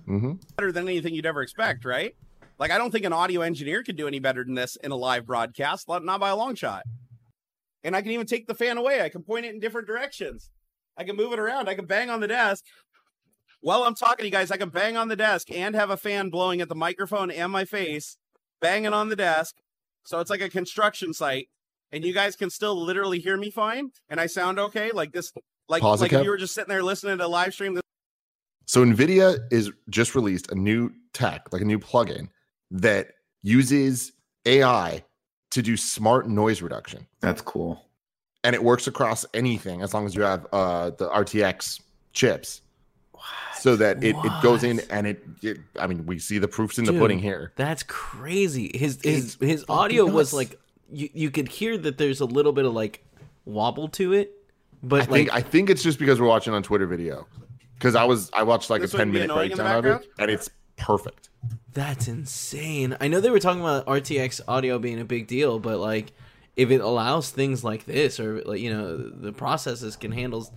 A: Mhm.
Q: better than anything you'd ever expect, right? Like, I don't think an audio engineer could do any better than this in a live broadcast, not not by a long shot. And I can even take the fan away. I can point it in different directions. I can move it around. I can bang on the desk. While I'm talking to you guys, I can bang on the desk and have a fan blowing at the microphone and my face, banging on the desk. So it's like a construction site. And you guys can still literally hear me fine. And I sound okay. Like this, like,
A: Pause it,
Q: like if
A: Kev.
Q: you were just sitting there listening to a live stream.
A: So Nvidia is just released a new tech, like a new plugin that uses AI to do smart noise reduction.
B: that's cool
A: and it works across anything as long as you have uh, the RTX chips. So that it, it goes in and it, it- I mean, we see the proofs in the
C: Dude,
A: pudding here.
C: That's crazy. His his
A: It's
C: his
A: fucking
C: audio
A: nuts.
C: was like you you could hear that there's a little bit of like wobble to it, but
A: I
C: like
A: think I think it's just because we're watching on Twitter video. Because I was I watched like
Q: This
A: a
Q: wouldn't
A: ten
Q: be
A: minute
Q: annoying in the
A: breakdown of it, and it's perfect.
C: that's insane. I know they were talking about RTX audio being a big deal, but like if it allows things like this or like you know the processes can handle,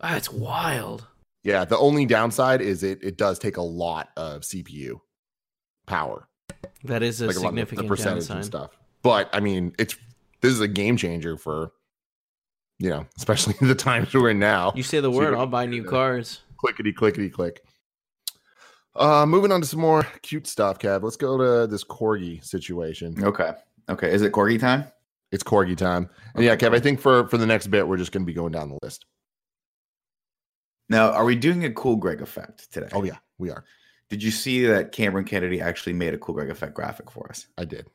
C: ah, it's wild.
A: Yeah. The only downside is it it does take a lot of CPU power,
C: That is a
A: like lot of
C: significant downside.
A: and stuff. But I mean, it's this is a game changer for you know, especially the times we're in now.
C: You say the
A: So
C: word,
A: you're-
C: I'll buy new cars.
A: clickety clickety click. Uh, moving on to some more cute stuff, Kev. Let's go to this corgi situation.
B: Okay. Okay. Is it corgi time?
A: It's corgi time. And yeah, Kev, I think for for the next bit, we're just going to be going down the list.
B: Now, are we doing a cool Greg effect today?
A: Oh yeah, we are.
B: Did you see that Cameron Kennedy actually made a cool Greg effect graphic for us?
A: I did.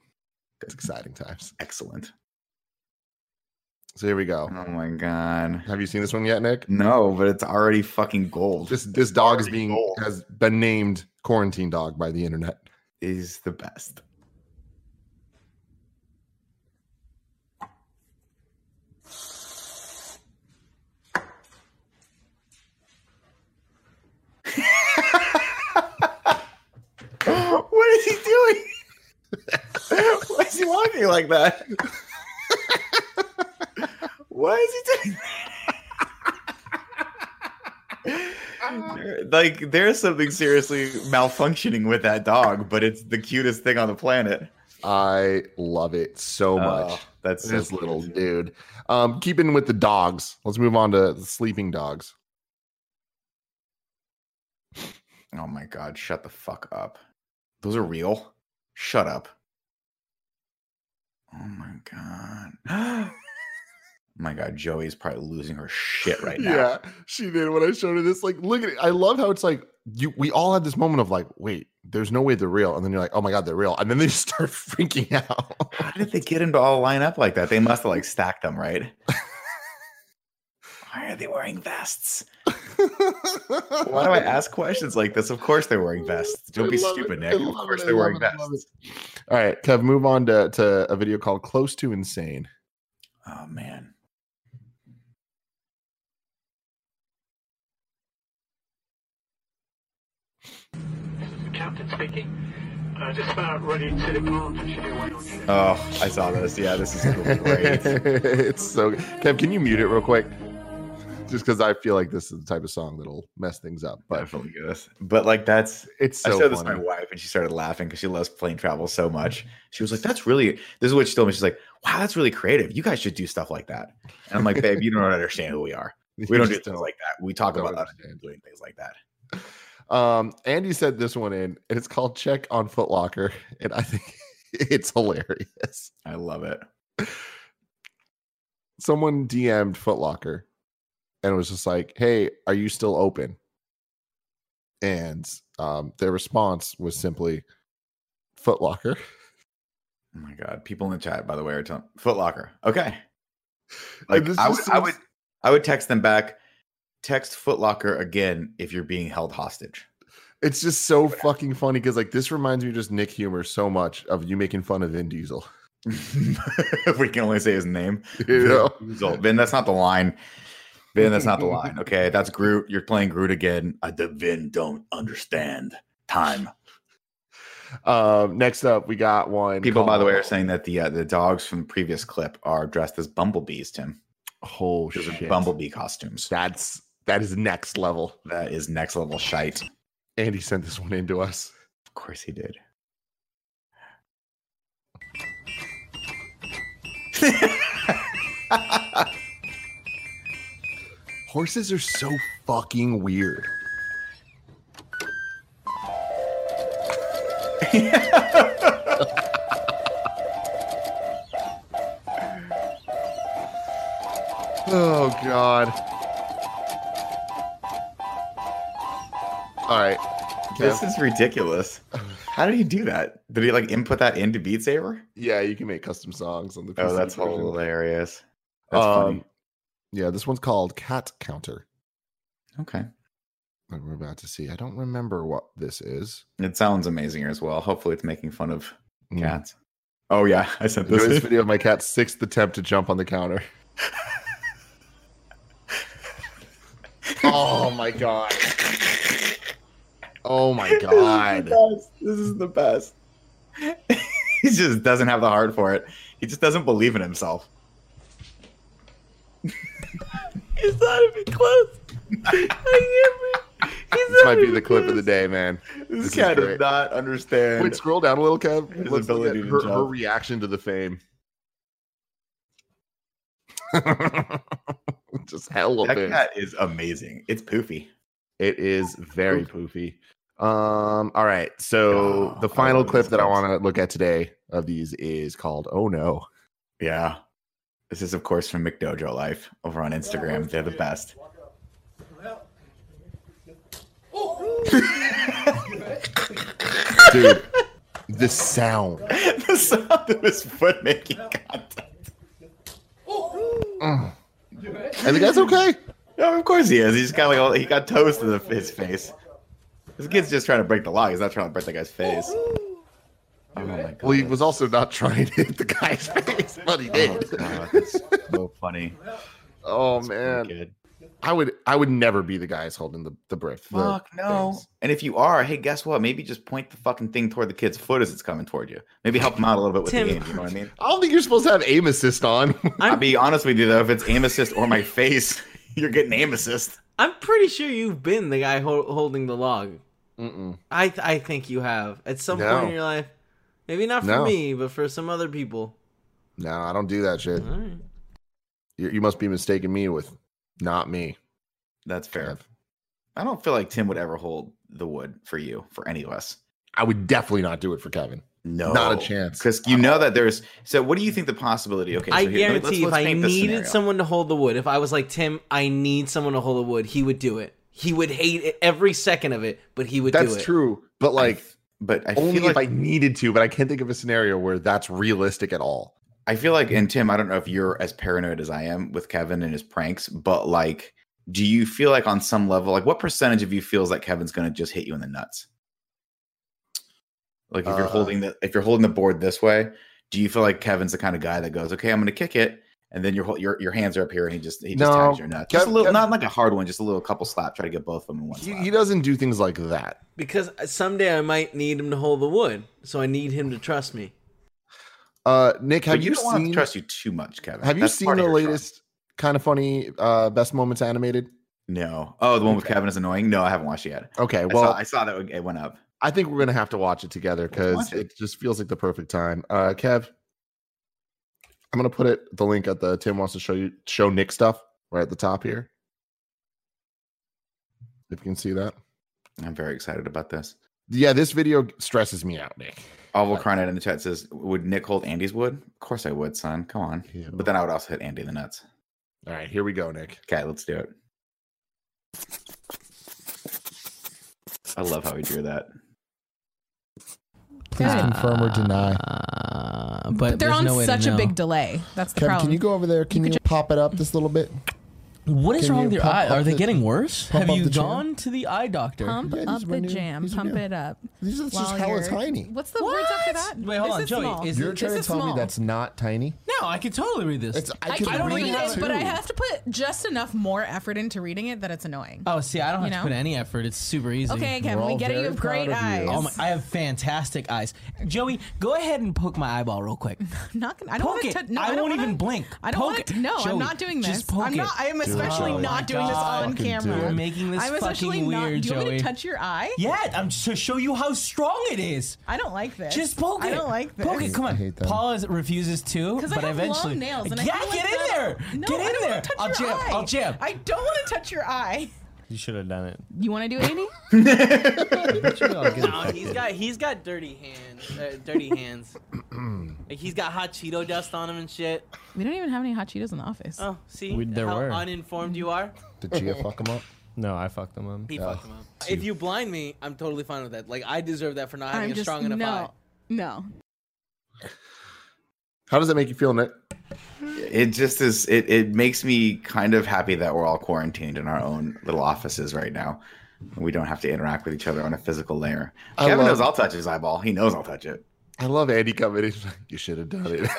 A: It's exciting times.
B: Excellent.
A: So here we go.
B: Oh my god.
A: Have you seen this one yet, Nick?
B: No, but it's already fucking gold.
A: This this dog is being has been named quarantine dog by the internet.
B: Is the best. what is he doing? Why is he walking like that? Why is he doing that? like there's something seriously malfunctioning with that dog, but it's the cutest thing on the planet.
A: I love it so
B: Oh,
A: much.
B: that's so
A: this
B: cute.
A: little dude. Um, keeping with the dogs, let's move on to the sleeping dogs.
B: Oh my god, shut the fuck up. Those are real. Shut up. Oh my god. oh my god, Joey's probably losing her shit right now.
A: Yeah, she did when I showed her this. Like, look at it. I love how it's like you. We all had this moment of like, wait, there's no way they're real, and then you're like, oh my god, they're real, and then they just start freaking out.
B: How did they get them to all line up like that? They must have like stacked them, right? Why are they wearing vests? Why do I ask questions like this? Of course they're wearing vests. Don't be
A: I love
B: stupid,
A: it.
B: Nick.
A: I
B: Of
A: love
B: course
A: it. I
B: they're
A: love
B: wearing
A: it. I love
B: vests.
A: it. All right, Kev, move on to, to a video called Close to Insane.
B: Oh man.
R: Captain speaking. Uh, just about ready to depart.
B: Oh, I saw this. Yeah, this is great.
A: it's so Kev, can you mute it real quick? Just because I feel like this is the type of song that'll mess things up. But
B: definitely yes. But like that's
A: it's
B: I
A: so
B: showed this to my
A: funny.
B: wife and she started laughing because she loves plane travel so much. She was like, "That's really." This is what she told me. She's like, "Wow, that's really creative. You guys should do stuff like that." And I'm like, "Babe, you don't understand who we are. We
A: You
B: don't do
A: just
B: things like that. We talk
A: don't
B: about us doing things like that."
A: Um, Andy sent this one in, and it's called "Check on Footlocker," and I think it's hilarious.
B: I love it.
A: Someone DM'd Footlocker, and was just like, "Hey, are you still open?" And um, their response was simply, "Footlocker."
B: Oh my god, people in the chat, by the way, are telling Foot Locker. Okay.
A: And
B: Like
A: this
B: I would,
A: just
B: I
A: seems-
B: would, I would text them back. Text Foot Locker again if you're being held hostage.
A: It's just so fucking funny because like this reminds me of just Nick humor so much of you making fun of Vin Diesel.
B: if we can only say his name,
A: You know?
B: Vin Diesel. Vin, that's not the line. Vin, that's not the line. Okay, that's Groot. You're playing Groot again. I, the Vin don't understand time.
A: Um, next up, we got one.
B: People, by
A: called-
B: the way, are saying that the uh, the dogs from the previous clip are dressed as bumblebees. Tim,
A: oh
B: those are
A: shit.
B: bumblebee costumes.
A: That's that is next level.
B: That is next level shite.
A: Andy sent this one in to us.
B: Of course he did.
A: Horses are so fucking weird. oh god. All right.
B: This
A: Kev?
B: is ridiculous. How did he do that? Did he like input that into Beat Saber?
A: Yeah, you can make custom songs on the PC
B: Oh, that's
A: version.
B: hilarious. That's funny.
A: Um, Yeah, this one's called Cat Counter.
B: Okay.
A: That we're about to see. I don't remember what this is.
B: It sounds amazing as well. Hopefully, it's making fun of
A: Mm.
B: cats. Oh yeah, I sent
A: Enjoy
B: this.
A: this video of my cat's sixth attempt to jump on the counter. oh my god. Oh my god.
B: This is the best. he just doesn't have the heart for it. He just doesn't believe in himself.
C: He's not even close. I can't be- he's
A: This
C: not
A: might be
C: even
A: the clip of
C: close.
A: the day, man.
B: This,
A: is
B: cat does
A: great.
B: not understand.
A: Wait, scroll down a little, Kev.
B: His
A: Let's look at
B: ability to
A: her, her
B: jump.
A: reaction to the fame. Just hell of
B: that
A: it.
B: cat is amazing. It's poofy.
A: It is very poofy. Um, all right. So the
B: I
A: final
B: love
A: clip
B: these
A: that I
B: clips.
A: want to look at today of these is called Oh No.
B: Yeah. This is, of course, from McDojo Life over on Instagram. They're the best.
A: Dude, the sound.
B: the sound of his foot making contact.
A: Mm. And the guy's okay.
B: No, of course he is. He's got like all, he got toes to the, his face. This kid's just trying to break the law. He's not trying to break that guy's face. Oh my god,
A: Well, he was also not trying to hit the guy's face, but he did.
B: Oh, God, that's so funny.
A: Oh, man. I would I would never be the guys holding the, the brief. the
B: Fuck no.
C: Oh.
A: things.
B: And if you are, hey, guess what? Maybe just point the fucking thing toward the kid's foot as it's coming toward you. Maybe help him out a little bit with
C: Tim.
B: the aim. You know what I mean?
A: I don't think you're supposed to have aim assist on.
B: I'll be honest with you though, if it's aim assist or my face, you're getting aim assist.
C: I'm pretty sure you've been the guy ho- holding the log.
A: Mm-mm.
C: I th- I think you have at some
A: No.
C: point in your life. Maybe not for
A: No.
C: me, but for some other people.
A: No, I don't do that shit.
C: All right.
A: You, you must be mistaking me with not me.
B: That's fair. I don't feel like Tim would ever hold the wood for you for any of us.
A: I would definitely not do it for Kevin.
B: No,
A: Not a chance.
B: Because you know that there's. So, what do you think the possibility? Okay, so
C: I
B: here, let me-
C: guarantee
B: let's- let's
C: if I
B: paint this
C: needed
B: scenario.
C: someone to hold the wood, if I was like Tim, I need someone to hold the wood, he would do it. He would hate it, every second of it, but he would
A: That's
C: do it.
A: true, but like
B: but I
A: only
B: feel like
A: if I needed to. But I can't think of a scenario where that's realistic at all.
B: I feel like, and Tim, I don't know if you're as paranoid as I am with Kevin and his pranks, but like, do you feel like on some level, like what percentage of you feels like Kevin's going to just hit you in the nuts? Like if you're
A: Uh,
B: holding the if you're holding the board this way, do you feel like Kevin's the kind of guy that goes, okay, I'm going to kick it, and then your whole- your your hands are up here, and he just he just
A: No.
B: tags your nuts,
A: Kev-
B: just a little,
A: Kev-
B: not like a hard one, just a little couple slap, try to get both of them in one.
A: He, he doesn't do things like that.
C: Because someday I might need him to hold the wood, so I need him to trust me.
A: Uh, Nick, have
C: But you
A: you,
C: don't
A: seen?
C: want to
B: trust you too much, Kevin.
A: Have you
B: That's
A: seen
B: part of
A: the
B: your charm.
A: latest kind of funny uh, best moments animated?
B: No. Oh, the one with
A: Okay.
B: Kevin is annoying. No, I haven't watched it yet.
A: Okay,
B: I saw-
A: well-
B: I saw, that it went up.
A: I think we're gonna have to watch it together because
B: watch it.
A: it just feels like the perfect time. Uh, Kev, I'm gonna put it the link at the Tim wants to show you show Nick stuff right at the top here. If you can see that,
B: I'm very excited about this.
A: yeah, this video stresses me out, Nick.
B: Oval Cronet in the chat says, "Would Nick hold Andy's wood?" Of course I would, son. Come on. But then I would also hit Andy in the nuts.
A: All right, here we go, Nick.
B: Okay, let's do it. I love how he drew that.
S: Please confirm or deny.
C: Uh,
T: But they're on such a big delay. That's the
S: Kevin,
T: problem.
S: can you go over there? Can you, pop it up just a little bit?
T: What
S: Can you pump up the- pump up the jam?
T: to the eye doctor? Pump
S: Yeah, these
T: up
S: were
T: the
S: new.
T: jam.
S: These were
T: Pump
S: new.
T: it up.
S: These are just
T: while
S: hella
T: you're-
S: tiny.
T: What's the words after that?
C: Wait, hold
T: This
C: on,
T: is
C: Joey,
T: small.
C: is
S: You're trying to tell me that's not tiny?
C: No, I could totally read this.
S: It's, I,
T: I
S: can
T: can
S: read
T: read
S: it
T: it, but I
S: too.
T: have to put just enough more effort into reading it that it's annoying.
C: Oh, see, I don't have
T: You
C: to
T: know?
C: put any effort. It's super easy.
T: Okay, Kevin, We're we all get it. You very have great proud of you. eyes.
C: Oh my, I have fantastic eyes. Joey, go ahead and poke my eyeball real quick.
T: I'm not gonna. I don't
C: Poke
T: want
C: it.
T: to. No,
C: I
T: I, don't
C: won't
T: wanna-
C: even blink.
T: I don't
C: Poke
T: want
C: it.
T: to. No,
C: Joey,
T: I'm not doing this.
C: just poke
T: I'm
C: it.
T: not. I am
C: Do
T: especially
C: it.
T: not doing this
C: God.
T: on
C: Fucking
T: camera.
C: do it. You're making this
T: I'm especially
C: fucking
T: not.
C: weird,
T: do you want me
C: Joey.
T: to touch your eye?
C: Yeah, I'm to show you how strong it is.
T: I don't like this.
C: Just poke it.
T: I don't like this.
C: Poke it. Come on. Paula is- refuses to,
T: 'Cause I
C: but
T: have long
C: eventually.
T: nails and I
C: yeah,
T: feel like
C: get in
T: that-
C: there.
T: No,
C: get in
T: I don't wanna
C: there.
T: touch
C: I'll
T: your
C: jam.
T: eye.
C: I'll jam.
T: I don't want to touch your eye.
G: You should have done it.
T: You want to do it, Andy?
G: No,
C: he's got he's got dirty hands, uh, dirty hands. like he's got hot Cheeto dust on him and shit.
T: we don't even have any hot Cheetos in the office.
C: Oh, see
G: We- there
C: how
G: were.
C: uninformed you are.
S: Did Gia fuck him up?
G: No, I fucked him up.
C: He fucked him up. If you blind me, I'm totally fine with that. Like I deserve that for not having
T: I'm
C: a
T: just
C: strong enough
T: no,
C: eye.
T: no.
A: How does that make you feel, Nick?
B: It just is it it makes me kind of happy that we're all quarantined in our own little offices right now. We don't have to interact with each other on a physical layer.
A: I
B: Kevin
A: love-
B: knows I'll touch his eyeball. He knows I'll touch it.
A: I love Andy coming in. He's like, You should have done it.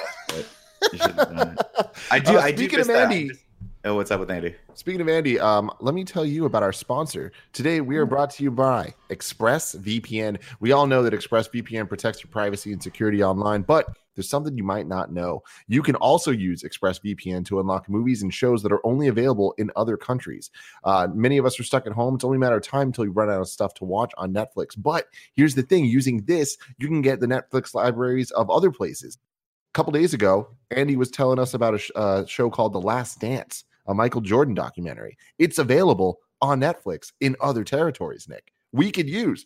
B: I do.
A: Uh,
B: I do
A: speaking
B: miss
A: of
B: that. I
A: Andy-
B: just- Oh, what's up with Andy?
A: Speaking of Andy, um, let me tell you about our sponsor. Today, we are brought to you by ExpressVPN. We all know that ExpressVPN protects your privacy and security online, but there's something you might not know. You can also use ExpressVPN to unlock movies and shows that are only available in other countries. Uh, many of us are stuck at home. It's only a matter of time until you run out of stuff to watch on Netflix. But here's the thing using this, you can get the Netflix libraries of other places couple days ago, Andy was telling us about a sh- uh, show called The Last Dance, a Michael Jordan documentary. It's available on Netflix in other territories, Nick. We could use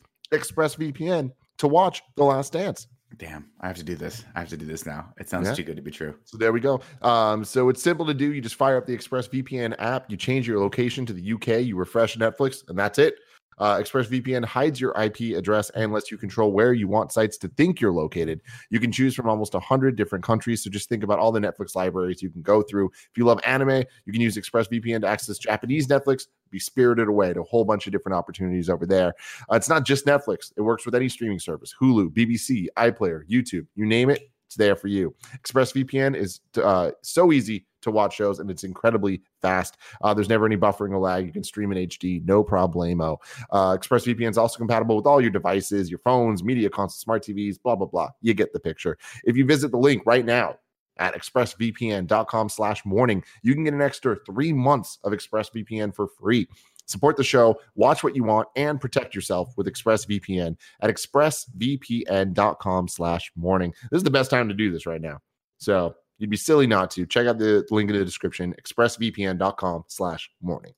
A: ExpressVPN to watch The Last Dance.
B: Damn, I have to do this. I have to do this now. It sounds
A: Yeah.
B: too good to be true.
A: So there we go. Um, so it's simple to do. You just fire up the ExpressVPN app, you change your location to the UK, you refresh Netflix, and that's it. Uh, ExpressVPN hides your IP address and lets you control where you want sites to think you're located. You can choose from almost 100 different countries. So just think about all the Netflix libraries you can go through. If you love anime, you can use ExpressVPN to access Japanese Netflix, be spirited away to a whole bunch of different opportunities over there. Uh, it's not just Netflix, it works with any streaming service Hulu, BBC, iPlayer, YouTube, you name it, it's there for you. ExpressVPN is uh, so easy to watch shows and it's incredibly fast. Uh, there's never any buffering or lag. You can stream in HD, no problemo. Uh, ExpressVPN is also compatible with all your devices, your phones, media consoles, smart TVs, blah, blah, blah. You get the picture. If you visit the link right now, at expressvpn.com slash morning you can get an extra three months of expressvpn for free support the show watch what you want and protect yourself with expressvpn at expressvpn.com slash morning this is the best time to do this right now so you'd be silly not to check out the link in the description expressvpn.com slash morning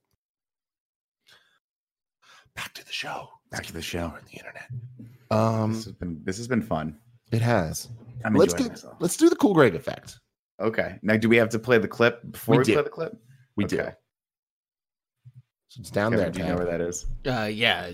A: back to the show
B: Back to the show.
A: the internet
B: Um, this has been this has been fun.
A: It has.
B: I'm
A: let's
B: enjoying
A: do
B: myself.
A: let's do the cool greg effect
B: Okay. Now, do we have to play the clip before
A: We
B: we, play
A: do.
B: the clip?
A: We do. So it's down
B: Kevin,
A: there
B: Do you know
A: Tab.
B: where that is?
C: Uh, yeah,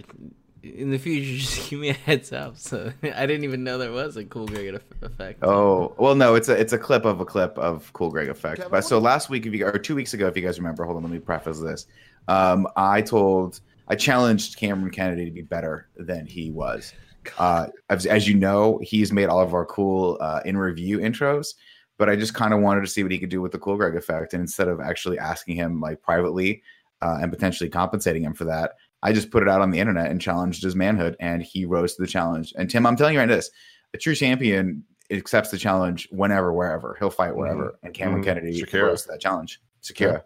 C: in the future, just give me a heads up. So I didn't even know there was a cool Greg eff- effect.
B: Oh well, no, it's a it's a clip of a clip of Cool Greg Effect.
C: Kevin,
B: But so last week, if you or two weeks ago, if you guys remember, hold on, let me preface this. Um, I told I challenged Cameron Kennedy to be better than he was. Uh, as, as you know, he's made all of our cool uh, in review intros, but I just kind of wanted to see what he could do with the Cool Greg Effect. And instead of actually asking him like privately uh, and potentially compensating him for that, I just put it out on the internet and challenged his manhood, and he rose to the challenge. And Tim, I'm telling you right now, this a true champion accepts the challenge whenever, wherever. He'll fight wherever.
A: Mhm.
B: And Cameron
A: Mhm.
B: Kennedy
A: Shakira.
B: rose to that challenge. Secure
A: Yeah.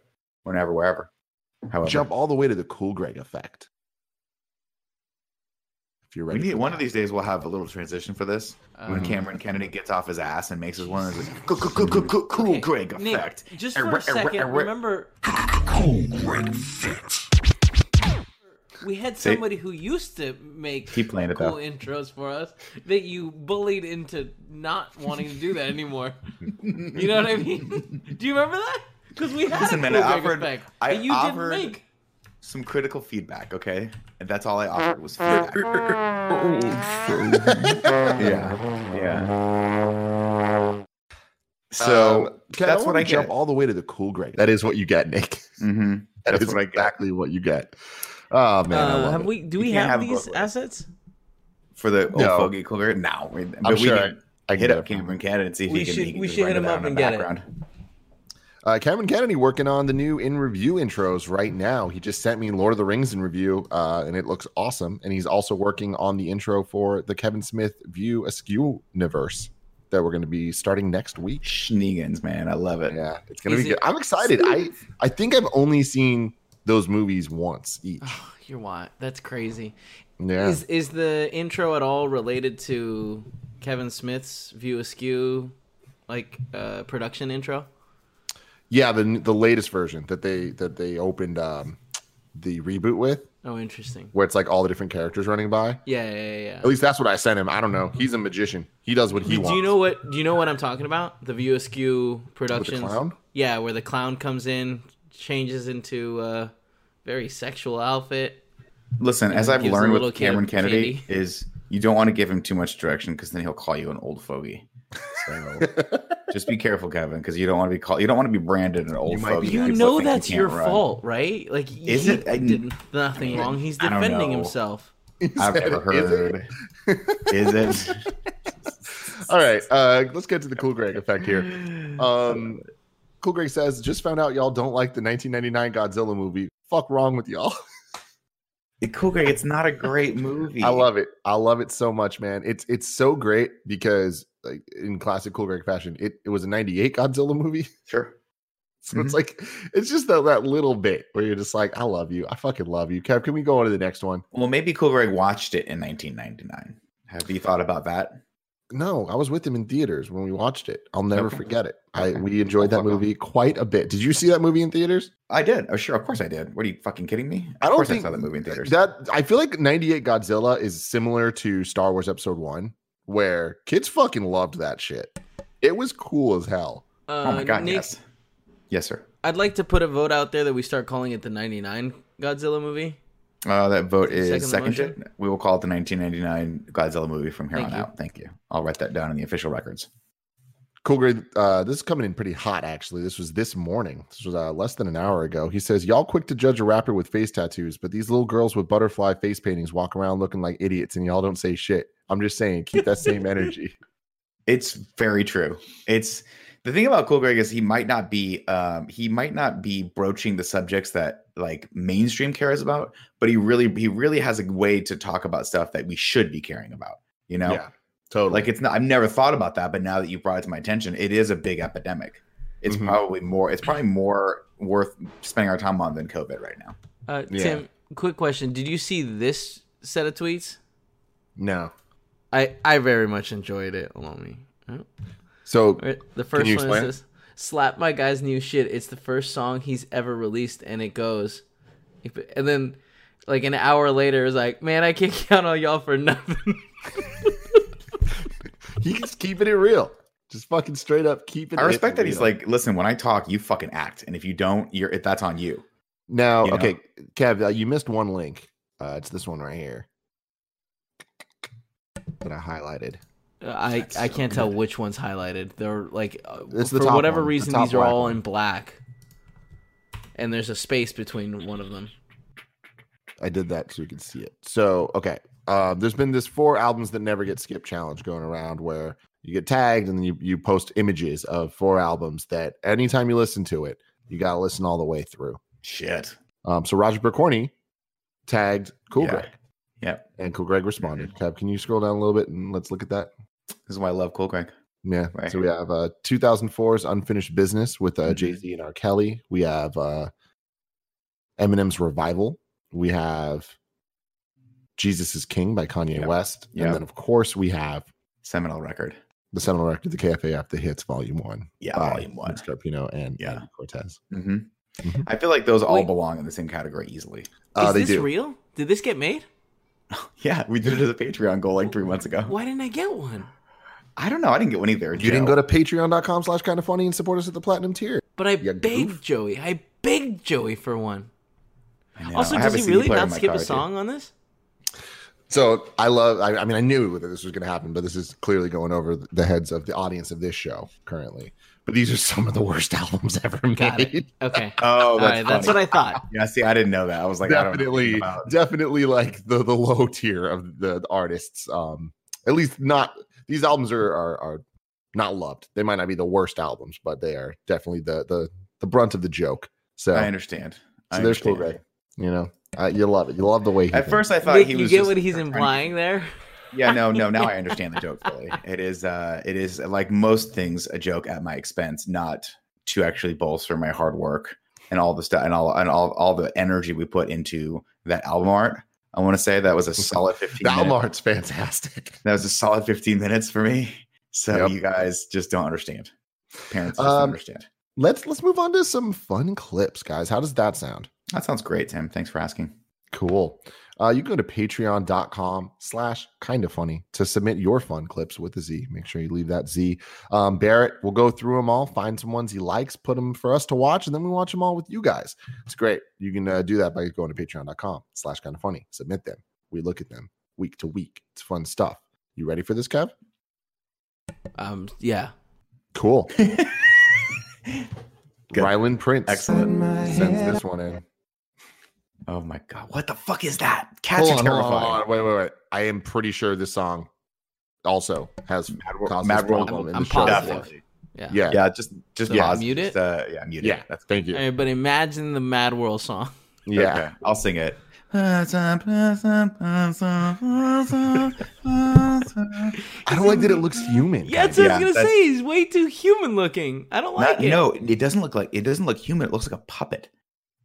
B: whenever, wherever. However,
A: Jump all the way to the Cool Greg effect. If you're
B: we
A: ready,
B: need
A: for
B: one of these days. We'll have a little transition for this when
A: Mhm.
B: Cameron Kennedy gets off his ass and makes his one of his cool, cool, cool, cool, cool, cool Greg
C: Nick,
B: effect.
C: just
B: Er,
C: for
B: er,
C: a second,
B: er, er.
C: remember
B: cool Greg effect.
C: we had
B: See?
C: somebody who used to make
B: Keep playing it,
C: cool
B: though.
C: intros for us that you bullied into not wanting to do that anymore. you know what I mean? do you remember that? Because we had
B: Listen,
C: a cool
B: man, I
C: Greg
B: offered,
C: effect
B: I
C: that you
B: offered
C: didn't make.
B: some critical feedback. Okay, and that's all I offered was feedback. yeah, yeah. So
A: Um, Kev,
B: that's what
A: wanna
B: I
A: jump
B: get.
A: all the way to the Cool Greg. That is what you get, Nick.
B: Mm-hmm.
A: that's what exactly what you get. Oh man, I
C: Uh,
A: love
C: have
A: it.
C: we? Do
B: You
C: we
B: can't
C: have,
B: have it
C: these
B: both ways.
C: assets?
B: for the old
A: No.
B: fogey cooler. No, we, but we
A: sure
B: can
A: I- I
B: hit
A: can
B: up Cameron Cannon and see if
C: We
B: he can.
C: should-
B: he can
C: we
B: just
C: should hit
B: render
C: him
B: that
C: up
B: in the
C: and get it.
B: background.
A: Uh, Cameron Kennedy working on the new in review intros right now. He just sent me Lord of the Rings in review, uh, and it looks awesome. And he's also working on the intro for the Kevin Smith View Askew universe that we're going to be starting next week.
B: Schneegans, man, I love it.
A: Yeah, it's going to
C: Is
A: be
C: it-
A: good. I'm excited. I I think I've only seen those movies once each.
C: You're what? That's crazy.
A: Yeah.
C: Is is the intro at all related to Kevin Smith's View Askew, like uh, production intro?
A: Yeah, the the latest version that they that they opened um, the reboot with,
C: Oh, interesting.
A: where it's like all the different characters running by.
C: Yeah, yeah, yeah, yeah.
A: At least that's what I sent him. I don't know. He's a magician. He does what he
C: Do,
A: wants.
C: do you know what? Do you know what I'm talking about? The View Askew productions.
A: clown?
C: Yeah, where the clown comes in, changes into a very sexual outfit.
B: Listen,
C: and
B: as I've
C: gives a
B: learned
C: little
B: with
C: kid
B: Cameron Kennedy,
C: candy.
B: is you don't want to give him too much direction because then he'll call you an old fogey. So just be careful, Kevin, because you don't want to be called. You don't want to be branded an old fogey.
C: you
B: People
C: know
B: think you
C: that's
B: can't
C: your
B: run.
C: fault, right? Like,
B: Is
C: he
B: it? I-
C: did
B: I-
C: nothing wrong. He's
B: I don't
C: defending
B: know.
C: himself.
B: I've
A: said,
B: never
A: "Is it?"
B: heard. Is it?
A: All right, uh, let's get to the Cool Greg effect here. Um, cool Greg says, "Just found out y'all don't like the 1999 Godzilla movie. Fuck wrong with y'all."
B: Cool Greg, it's not a great movie.
A: I love it. I love it so much, man. It's it's so great because like in classic Cool Greg fashion, it, it was a 98 Godzilla movie.
B: Sure.
A: So
B: Mm-hmm.
A: it's like it's just that, that little bit where you're just like, I love you. I fucking love you. Kev, can we go on to the next one?
B: Well, maybe Cool Greg watched it in 1999. Have you thought about that?
A: No, I was with him in theaters when we watched it. I'll never
B: Okay.
A: forget it. I we enjoyed that movie quite a bit. Did you see that movie in theaters?
B: I did. Oh, sure. Of course I did. What are you fucking kidding me? Of
A: I don't
B: course
A: think
B: I saw that movie in theaters.
A: That I feel like 98 Godzilla is similar to Star Wars Episode 1 where kids fucking loved that shit. It was cool as hell.
C: Uh,
B: oh my god,
C: Nick,
B: yes. Yes, sir.
C: I'd like to put a vote out there that we start calling it the 99 Godzilla movie.
B: Uh, that vote
C: Second
B: is
C: the
B: seconded. We will call it the 1999 Godzilla movie from here
C: Thank
B: on
C: you.
B: out. Thank you. I'll write that down in the official records.
A: Cool grade. Uh, this is coming in pretty hot, actually. This was this morning. This was uh, less than an hour ago. He says, "Y'all quick to judge a rapper with face tattoos, but these little girls with butterfly face paintings walk around looking like idiots, and y'all don't say shit." I'm just saying, keep that same energy.
B: It's very true. It's the thing about Cool Greg is he might not be um, he might not be broaching the subjects that like mainstream cares about, but he really he really has a way to talk about stuff that we should be caring about. You know,
A: Yeah, totally.
B: Like it's not. I've never thought about that, but now that you brought it to my attention, it is a big epidemic. It's
A: Mhm.
B: probably more. It's probably more worth spending our time on than COVID right now.
C: Uh,
B: Yeah.
C: Tim, quick question. Did you see this set of tweets?
A: No.
C: I, I very much enjoyed it. Allow me. Oh.
A: So
C: Alright, the first
A: you
C: one
A: explain it?
C: is this. Slap my guy's new shit. It's the first song he's ever released, and it goes. And then, like an hour later, it's like, man, I can't count on y'all for nothing.
A: He's keeping it real. Just fucking straight up keeping.
B: I
A: it
B: respect that he's
A: real.
B: like, listen, when I talk, you fucking act, and if you don't, you're that's on you.
A: Now,
B: You know?
A: okay, Kev, uh, you missed one link. Uh, it's this one right here. that I highlighted.
C: I I can't tell which one's highlighted. They're like uh,
A: It's the
C: for
A: top
C: whatever
A: one, the
C: reason
A: top
C: these are
A: black
C: all in black, and there's a space between one of them.
A: I did that so you can see it. So okay, uh, there's been this four albums that never get skipped challenge going around where you get tagged and then you you post images of four albums that anytime you listen to it, you gotta listen all the way through.
B: Shit.
A: Um, so Roger Bercorny tagged Cool
B: Yeah.
A: Greg.
B: Yep. Mm-hmm.
A: And Cool Greg responded. Kev, can you scroll down a little bit and let's look at that?
B: This is why I love Cool Greg.
A: Yeah. So we have uh 2004's Unfinished Business with
B: Mm-hmm.
A: uh, Jay Z and R. Kelly. We have uh Eminem's Revival. We have Jesus is King by Kanye West.
B: Yep.
A: And then, of course, we have
B: Seminal record.
A: The seminal record, the KFAF, The Hits, Volume One.
B: Yeah,
A: by
B: Volume One.
A: Vince Scarpino and yeah. Cortez.
B: hmm
A: Mm-hmm.
B: I feel like those all
C: Wait.
B: belong in the same category easily.
A: Uh,
C: Is this real? Did this get made?
B: Yeah, we did it as a Patreon goal like three months ago.
C: Why didn't I get one?
B: I don't know. I didn't get one either.
A: You didn't go to patreon.com slash kind of funny and support us at the platinum tier.
C: But I begged Joey. I begged Joey for one.
A: know.
C: Also,
A: I
C: does
A: have a
C: he
A: CD
C: really
A: player in
C: not
A: my
C: skip
A: car,
C: a
A: too.
C: song on this?
A: So I love, I, I mean, I knew that this was going to happen, but this is clearly going over the heads of the audience of this show currently. But these are some of the worst albums ever
C: Got it.
A: made.
C: Okay.
B: Oh, that's,
C: that's what
B: funny.
C: I thought.
B: Yeah, see, I didn't know that. I was like,
A: definitely,
B: I don't know
A: definitely like the the low tier of the, the artists. Um, at least not these albums are, are are not loved. They might not be the worst albums, but they are definitely the the the brunt of the joke. So
B: I understand. I
A: so there's cool, Ray. You know, uh, you love it. You love the way. He
B: At
A: thinks.
B: first, I thought
C: Wait,
B: he
C: you
B: was.
C: get
B: just
C: what he's
B: trying to-
C: implying there?
B: Yeah, no, no. Now I understand the joke. Really, it is. Uh, it is like most things, a joke at my expense, not to actually bolster my hard work and all the stuff and all and all all the energy we put into that album art. I want to say that was a solid fifteen.
A: the album
B: minutes.
A: art's fantastic.
B: That was a solid fifteen minutes for me. So you guys just don't understand. Parents just don't
A: Um,
B: understand.
A: Let's let's move on to some fun clips, guys. How does that sound?
B: That sounds great, Tim. Thanks for asking.
A: Cool. Uh, you can go to patreon.com slash kind of funny to submit your fun clips with a Z. Make sure you leave that Z. Um, Barrett, we'll go through them all, find some ones he likes, put them for us to watch, and then we watch them all with you guys. It's great. You can uh, do that by going to patreon.com slash kind of funny. Submit them. We look at them week to week. It's fun stuff. You ready for this, Kev?
C: Um, yeah.
A: Cool. Ryland Prince. Excellent. Sends this one in.
B: Oh my god, what the fuck is that? Cats
A: Hold on, hold
B: are
A: on,
B: terrifying.
A: hold on. Wait, wait, wait. I am pretty sure this song also has caused
B: Mad
A: this
B: World-
A: problem in
B: I'm
A: the show.
B: positive.
A: before.
C: Yeah.
A: Yeah.
B: Yeah, just just
A: So
B: pause.
C: mute it?
B: Just, uh, yeah, mute
A: Yeah,
B: it. That's
A: thank you.
C: All right, but imagine the Mad World song.
A: Yeah.
B: Okay, I'll sing it.
A: I don't like that it looks human.
C: Yeah, that's what I was gonna say. He's way too human looking. I don't like
B: Not-
C: it.
B: No, it doesn't look like it doesn't look human. It looks like a puppet.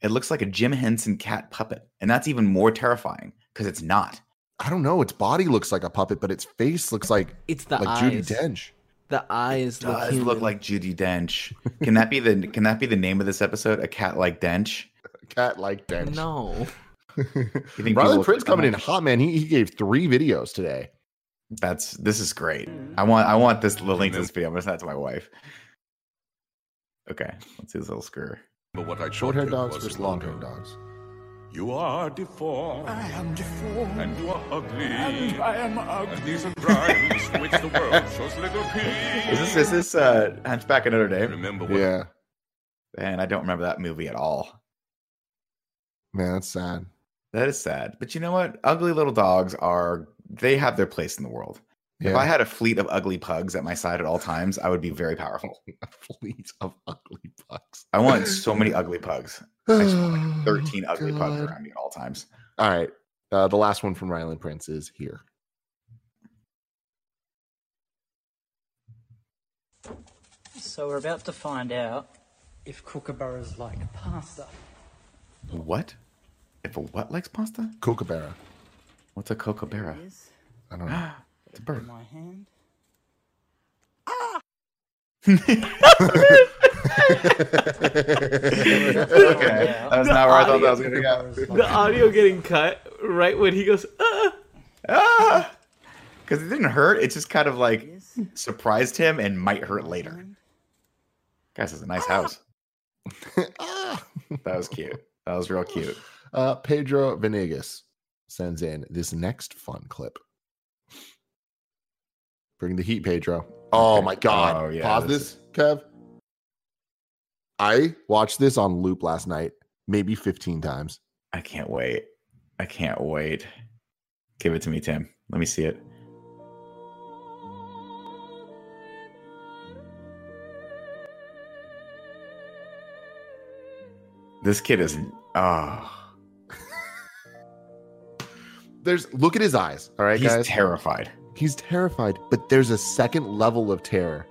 B: It looks like a Jim Henson cat puppet, and that's even more terrifying because it's not.
A: I don't know. Its body looks like a puppet, but its face looks like
C: It's the
A: like Judy
C: eyes.
A: Dench.
C: The eyes look
B: Does
C: human.
B: look like Judy Dench? Can that be the Can that be the name of this episode? A cat like Dench?
A: Cat like Dench.
C: no.
B: You think people
A: Ryland
B: look
A: Prince
B: like
A: coming in
B: that?
A: hot, man. He, he gave three videos today.
B: That's this is great. I want I want this the link to this video. I'm gonna send it to my wife. Okay, let's see this little screw.
U: But what I
A: Short haired dogs versus long haired dogs.
U: You are deformed. I am deformed. And you are ugly.
V: And I am ugly.
U: And these are crimes for which the world shows little peace.
B: Is this is this uh Hunchback of Notre Dame?
U: Remember
A: what- Yeah.
B: Man, I don't remember that movie at all.
A: Man, that's sad.
B: That is sad. But you know what? Ugly little dogs are they have their place in the world. If
A: Yeah.
B: I had a fleet of ugly pugs at my side at all times, I would be very powerful.
A: a fleet of ugly pugs.
B: I want so many ugly pugs. I just want like 13 ugly pugs
A: God.
B: around me at all times.
A: All right. Uh, the last one from Ryland Prince is here.
W: So we're about to find out if kookaburras like pasta.
B: What? If a what likes pasta?
A: Kookaburra.
B: What's a kookaburra?
A: I don't know.
B: It's a bird.
W: My hand.
B: okay, that was not where I thought that was gonna go.
C: The audio getting cut right when he goes. Uh,
B: Ah, because it didn't hurt. It just kind of like surprised him and might hurt later. Guys, it's a nice house. that was cute. That was real cute.
A: Ah! Uh, Pedro Venegas sends in this next fun clip. Bring the heat, Pedro. Oh my God.
B: Oh, yeah,
A: Pause
B: this
A: this, Kev. I watched this on loop last night, maybe 15 times.
B: I can't wait. I can't wait. Give it to me, Tim. Let me see it. This kid is oh
A: There's look at his eyes. All right,
B: He's
A: guys.
B: terrified.
A: He's terrified, but there's a second level of terror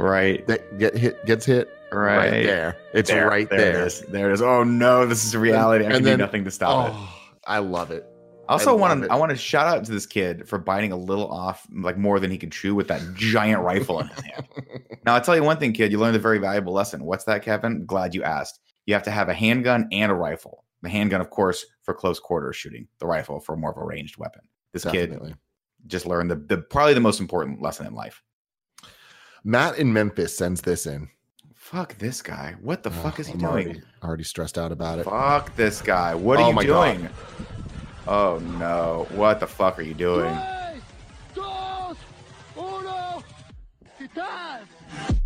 B: right
A: that get hit gets hit right,
B: Right.
A: there. It's
B: There-
A: right
B: there
A: there.
B: it is. There it is. Oh no, this is reality. I
A: And
B: can
A: then-
B: do nothing to stop it.
A: oh, I love it.
B: I also
A: I
B: want
A: love it.
B: to I want to shout out to this kid for biting a little off like more than he could chew with that giant rifle in his hand. Now I tell you one thing, kid, you learned a very valuable lesson. What's that, Kevin? Glad you asked. You have to have a handgun and a rifle. The handgun, of course, for close quarter shooting. The rifle for more of a ranged weapon. This
A: Definitely.
B: kid just learned the, the probably the most important lesson in life.
A: Matt in Memphis sends this in.
B: Fuck this guy. What the fuck is he
A: I'm
B: doing?
A: already, already stressed out about it.
B: Fuck this guy. What are
A: Oh
B: you
A: my God.
B: doing? Oh no. What the fuck are you doing?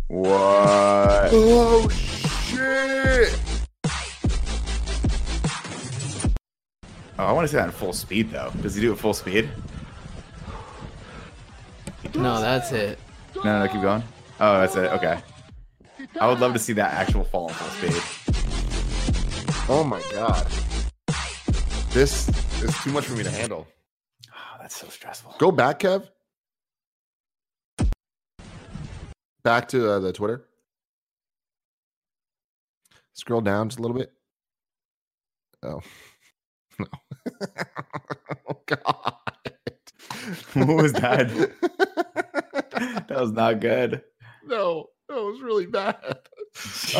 B: What?
A: Oh shit!
B: Oh, I want to see that in full speed though. Does he do it full speed?
C: No, that's it.
B: No, no, no, keep going. Oh, that's it. Okay. I would love to see that actual fall in full speed.
A: Oh my god. This is too much for me to handle.
B: Oh, that's so stressful.
A: Go back, Kev. Back to uh, the Twitter. Scroll down just a little bit. Oh. No. oh god.
B: What was that? that was not good.
A: No, that was really bad. All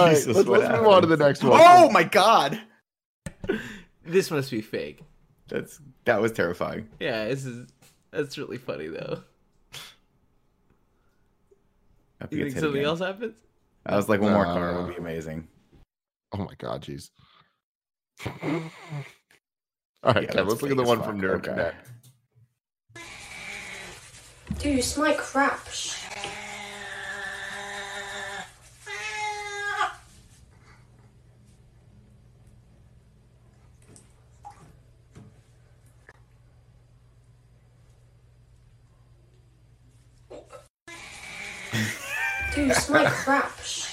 A: right, let's,
B: Jesus,
A: let's
B: what
A: move on to the
B: happened?
A: next one.
B: Oh my god.
C: This must be fake.
B: That's that was terrifying.
C: Yeah, this is that's really funny though.
B: I
C: You think
B: hit
C: something
B: again.
C: else happens?
B: I was like, one more
A: No,
B: car
A: no.
B: would be amazing.
A: Oh my god, jeez. All right,
B: Yeah,
A: Kev,
B: that's
A: let's look
B: fake
A: at the
B: as
A: one
B: fuck.
A: from Nerd
B: Okay.
A: Connect.
D: Dude, you smell like crap. Shh. Dude, you smell like crap. Shh.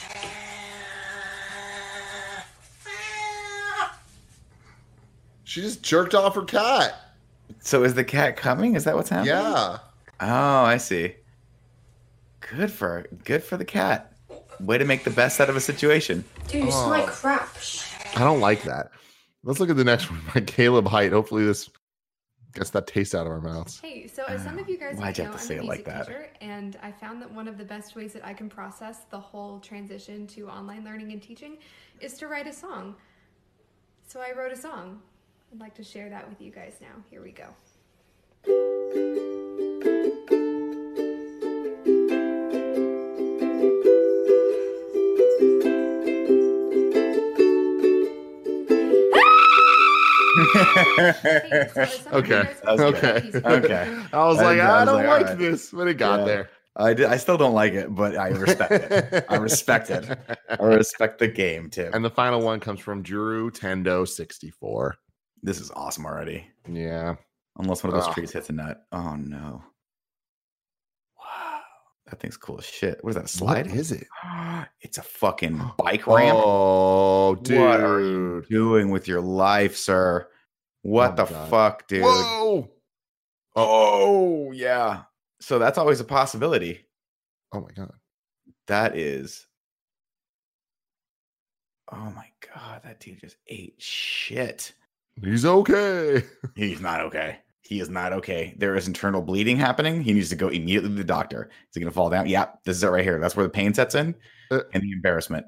A: She just jerked off her cat.
B: So is the cat coming? Is that what's happening?
A: Yeah.
B: Oh, I see. Good for good for the cat. Way to make the best out of a situation.
D: Dude, you smell like
A: Oh.
D: crap.
A: I don't like that. Let's look at the next one by Caleb Height. Hopefully, this gets that taste out of our mouths.
E: Hey, so as some of you guys
A: Ah, Why'd
E: might
A: you
E: know,
A: have
E: I'm
A: to
E: a
A: say it
E: music
A: like that?
E: teacher, and I found that one of the best ways that I can process the whole transition to online learning and teaching is to write a song. So I wrote a song. I'd like to share that with you guys now. Here we go.
A: okay.
B: That was good.
A: Okay.
B: Okay.
A: I was like, I, don't like,
B: all right.
A: this, but it got
B: Yeah.
A: there.
B: I did, I still don't like it, but I respect it. I respect it. I respect the game too.
A: And the final one comes from Drew Tendo 64.
B: This is awesome already.
A: Yeah.
B: Unless one of those
A: Ugh.
B: trees hits a nut. Oh no. Wow. That thing's cool as shit. What is that? A slide?
A: What is it?
B: It's a fucking bike ramp.
A: Oh,
B: What are you doing with your life, sir? What
A: Oh
B: the
A: my God.
B: fuck, dude?
A: Whoa.
B: Oh, yeah. So that's always a possibility.
A: Oh my god.
B: That is. Oh my god, that dude just ate shit.
A: He's okay.
B: He's not okay. He is not okay. There is internal bleeding happening. He needs to go immediately to the doctor. Is he going to fall down? Yeah, this is it right here. That's where the pain sets in
A: Uh
B: and the embarrassment.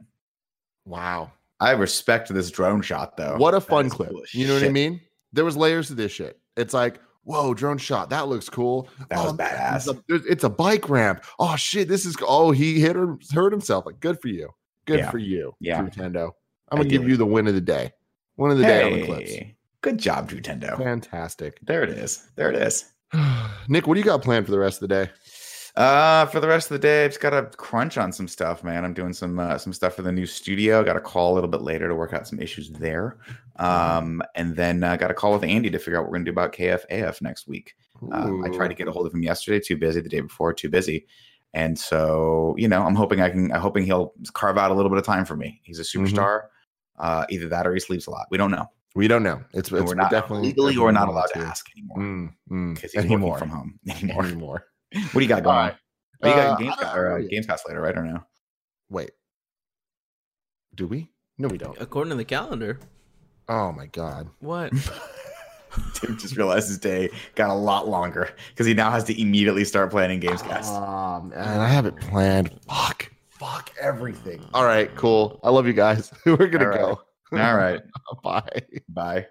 A: Wow.
B: I respect this drone shot though.
A: What a
B: Oh, That
A: fun
B: is
A: clip.
B: cool as
A: You know what I
B: shit.
A: mean? There was layers to this shit. It's like, whoa, drone shot. That looks cool.
B: That was
A: It's a, there's- it's a bike ramp. Oh shit, this is. Oh, he hit her, hurt himself. Like, good for you. Good
B: Yeah.
A: for you.
B: Yeah.
A: Nintendo. I'm gonna give
B: Ideally.
A: you the win of the day. Win of the day on the clips.
B: Hey, Good job, Drew Tendo.
A: Fantastic.
B: There it is. There it is.
A: Nick, what do you got planned for the rest of the day?
B: Uh, for the rest of the day, I've just got to crunch on some stuff, man. I'm doing some uh, some stuff for the new studio. Got a call a little bit later to work out some issues there, um, and then uh, got a call with Andy to figure out what we're gonna do about KFAF next week. Um, I tried to get a hold of him yesterday, too busy. The day before, too busy. And so, you know, I'm hoping I can. I'm hoping he'll carve out a little bit of time for me. He's a
A: Mm-hmm.
B: superstar. Uh, either that or he sleeps a lot. We don't know.
A: We don't know. It's,
B: And
A: it's
B: we're not
A: definitely
B: legally or not
A: definitely
B: allowed to
A: not
B: ask anymore because
A: Mm,
B: he's
A: anymore.
B: working from home anymore.
A: Anymore.
B: What do you got going? on? What do you got
A: Uh,
B: in
A: I
B: Gamescast
A: don't
B: or uh,
A: know yet.
B: Gamescast later, right? Or no?
A: Wait. Do we? No, we don't.
C: According to the calendar.
A: Oh my god.
C: What?
B: Tim just realized his day got a lot longer because he now has to immediately start planning Gamescast.
A: Um, And I have it planned. Fuck. Fuck everything. All right, cool. I love you guys. We're gonna
B: All right.
A: go.
B: All right.
A: Bye.
B: Bye.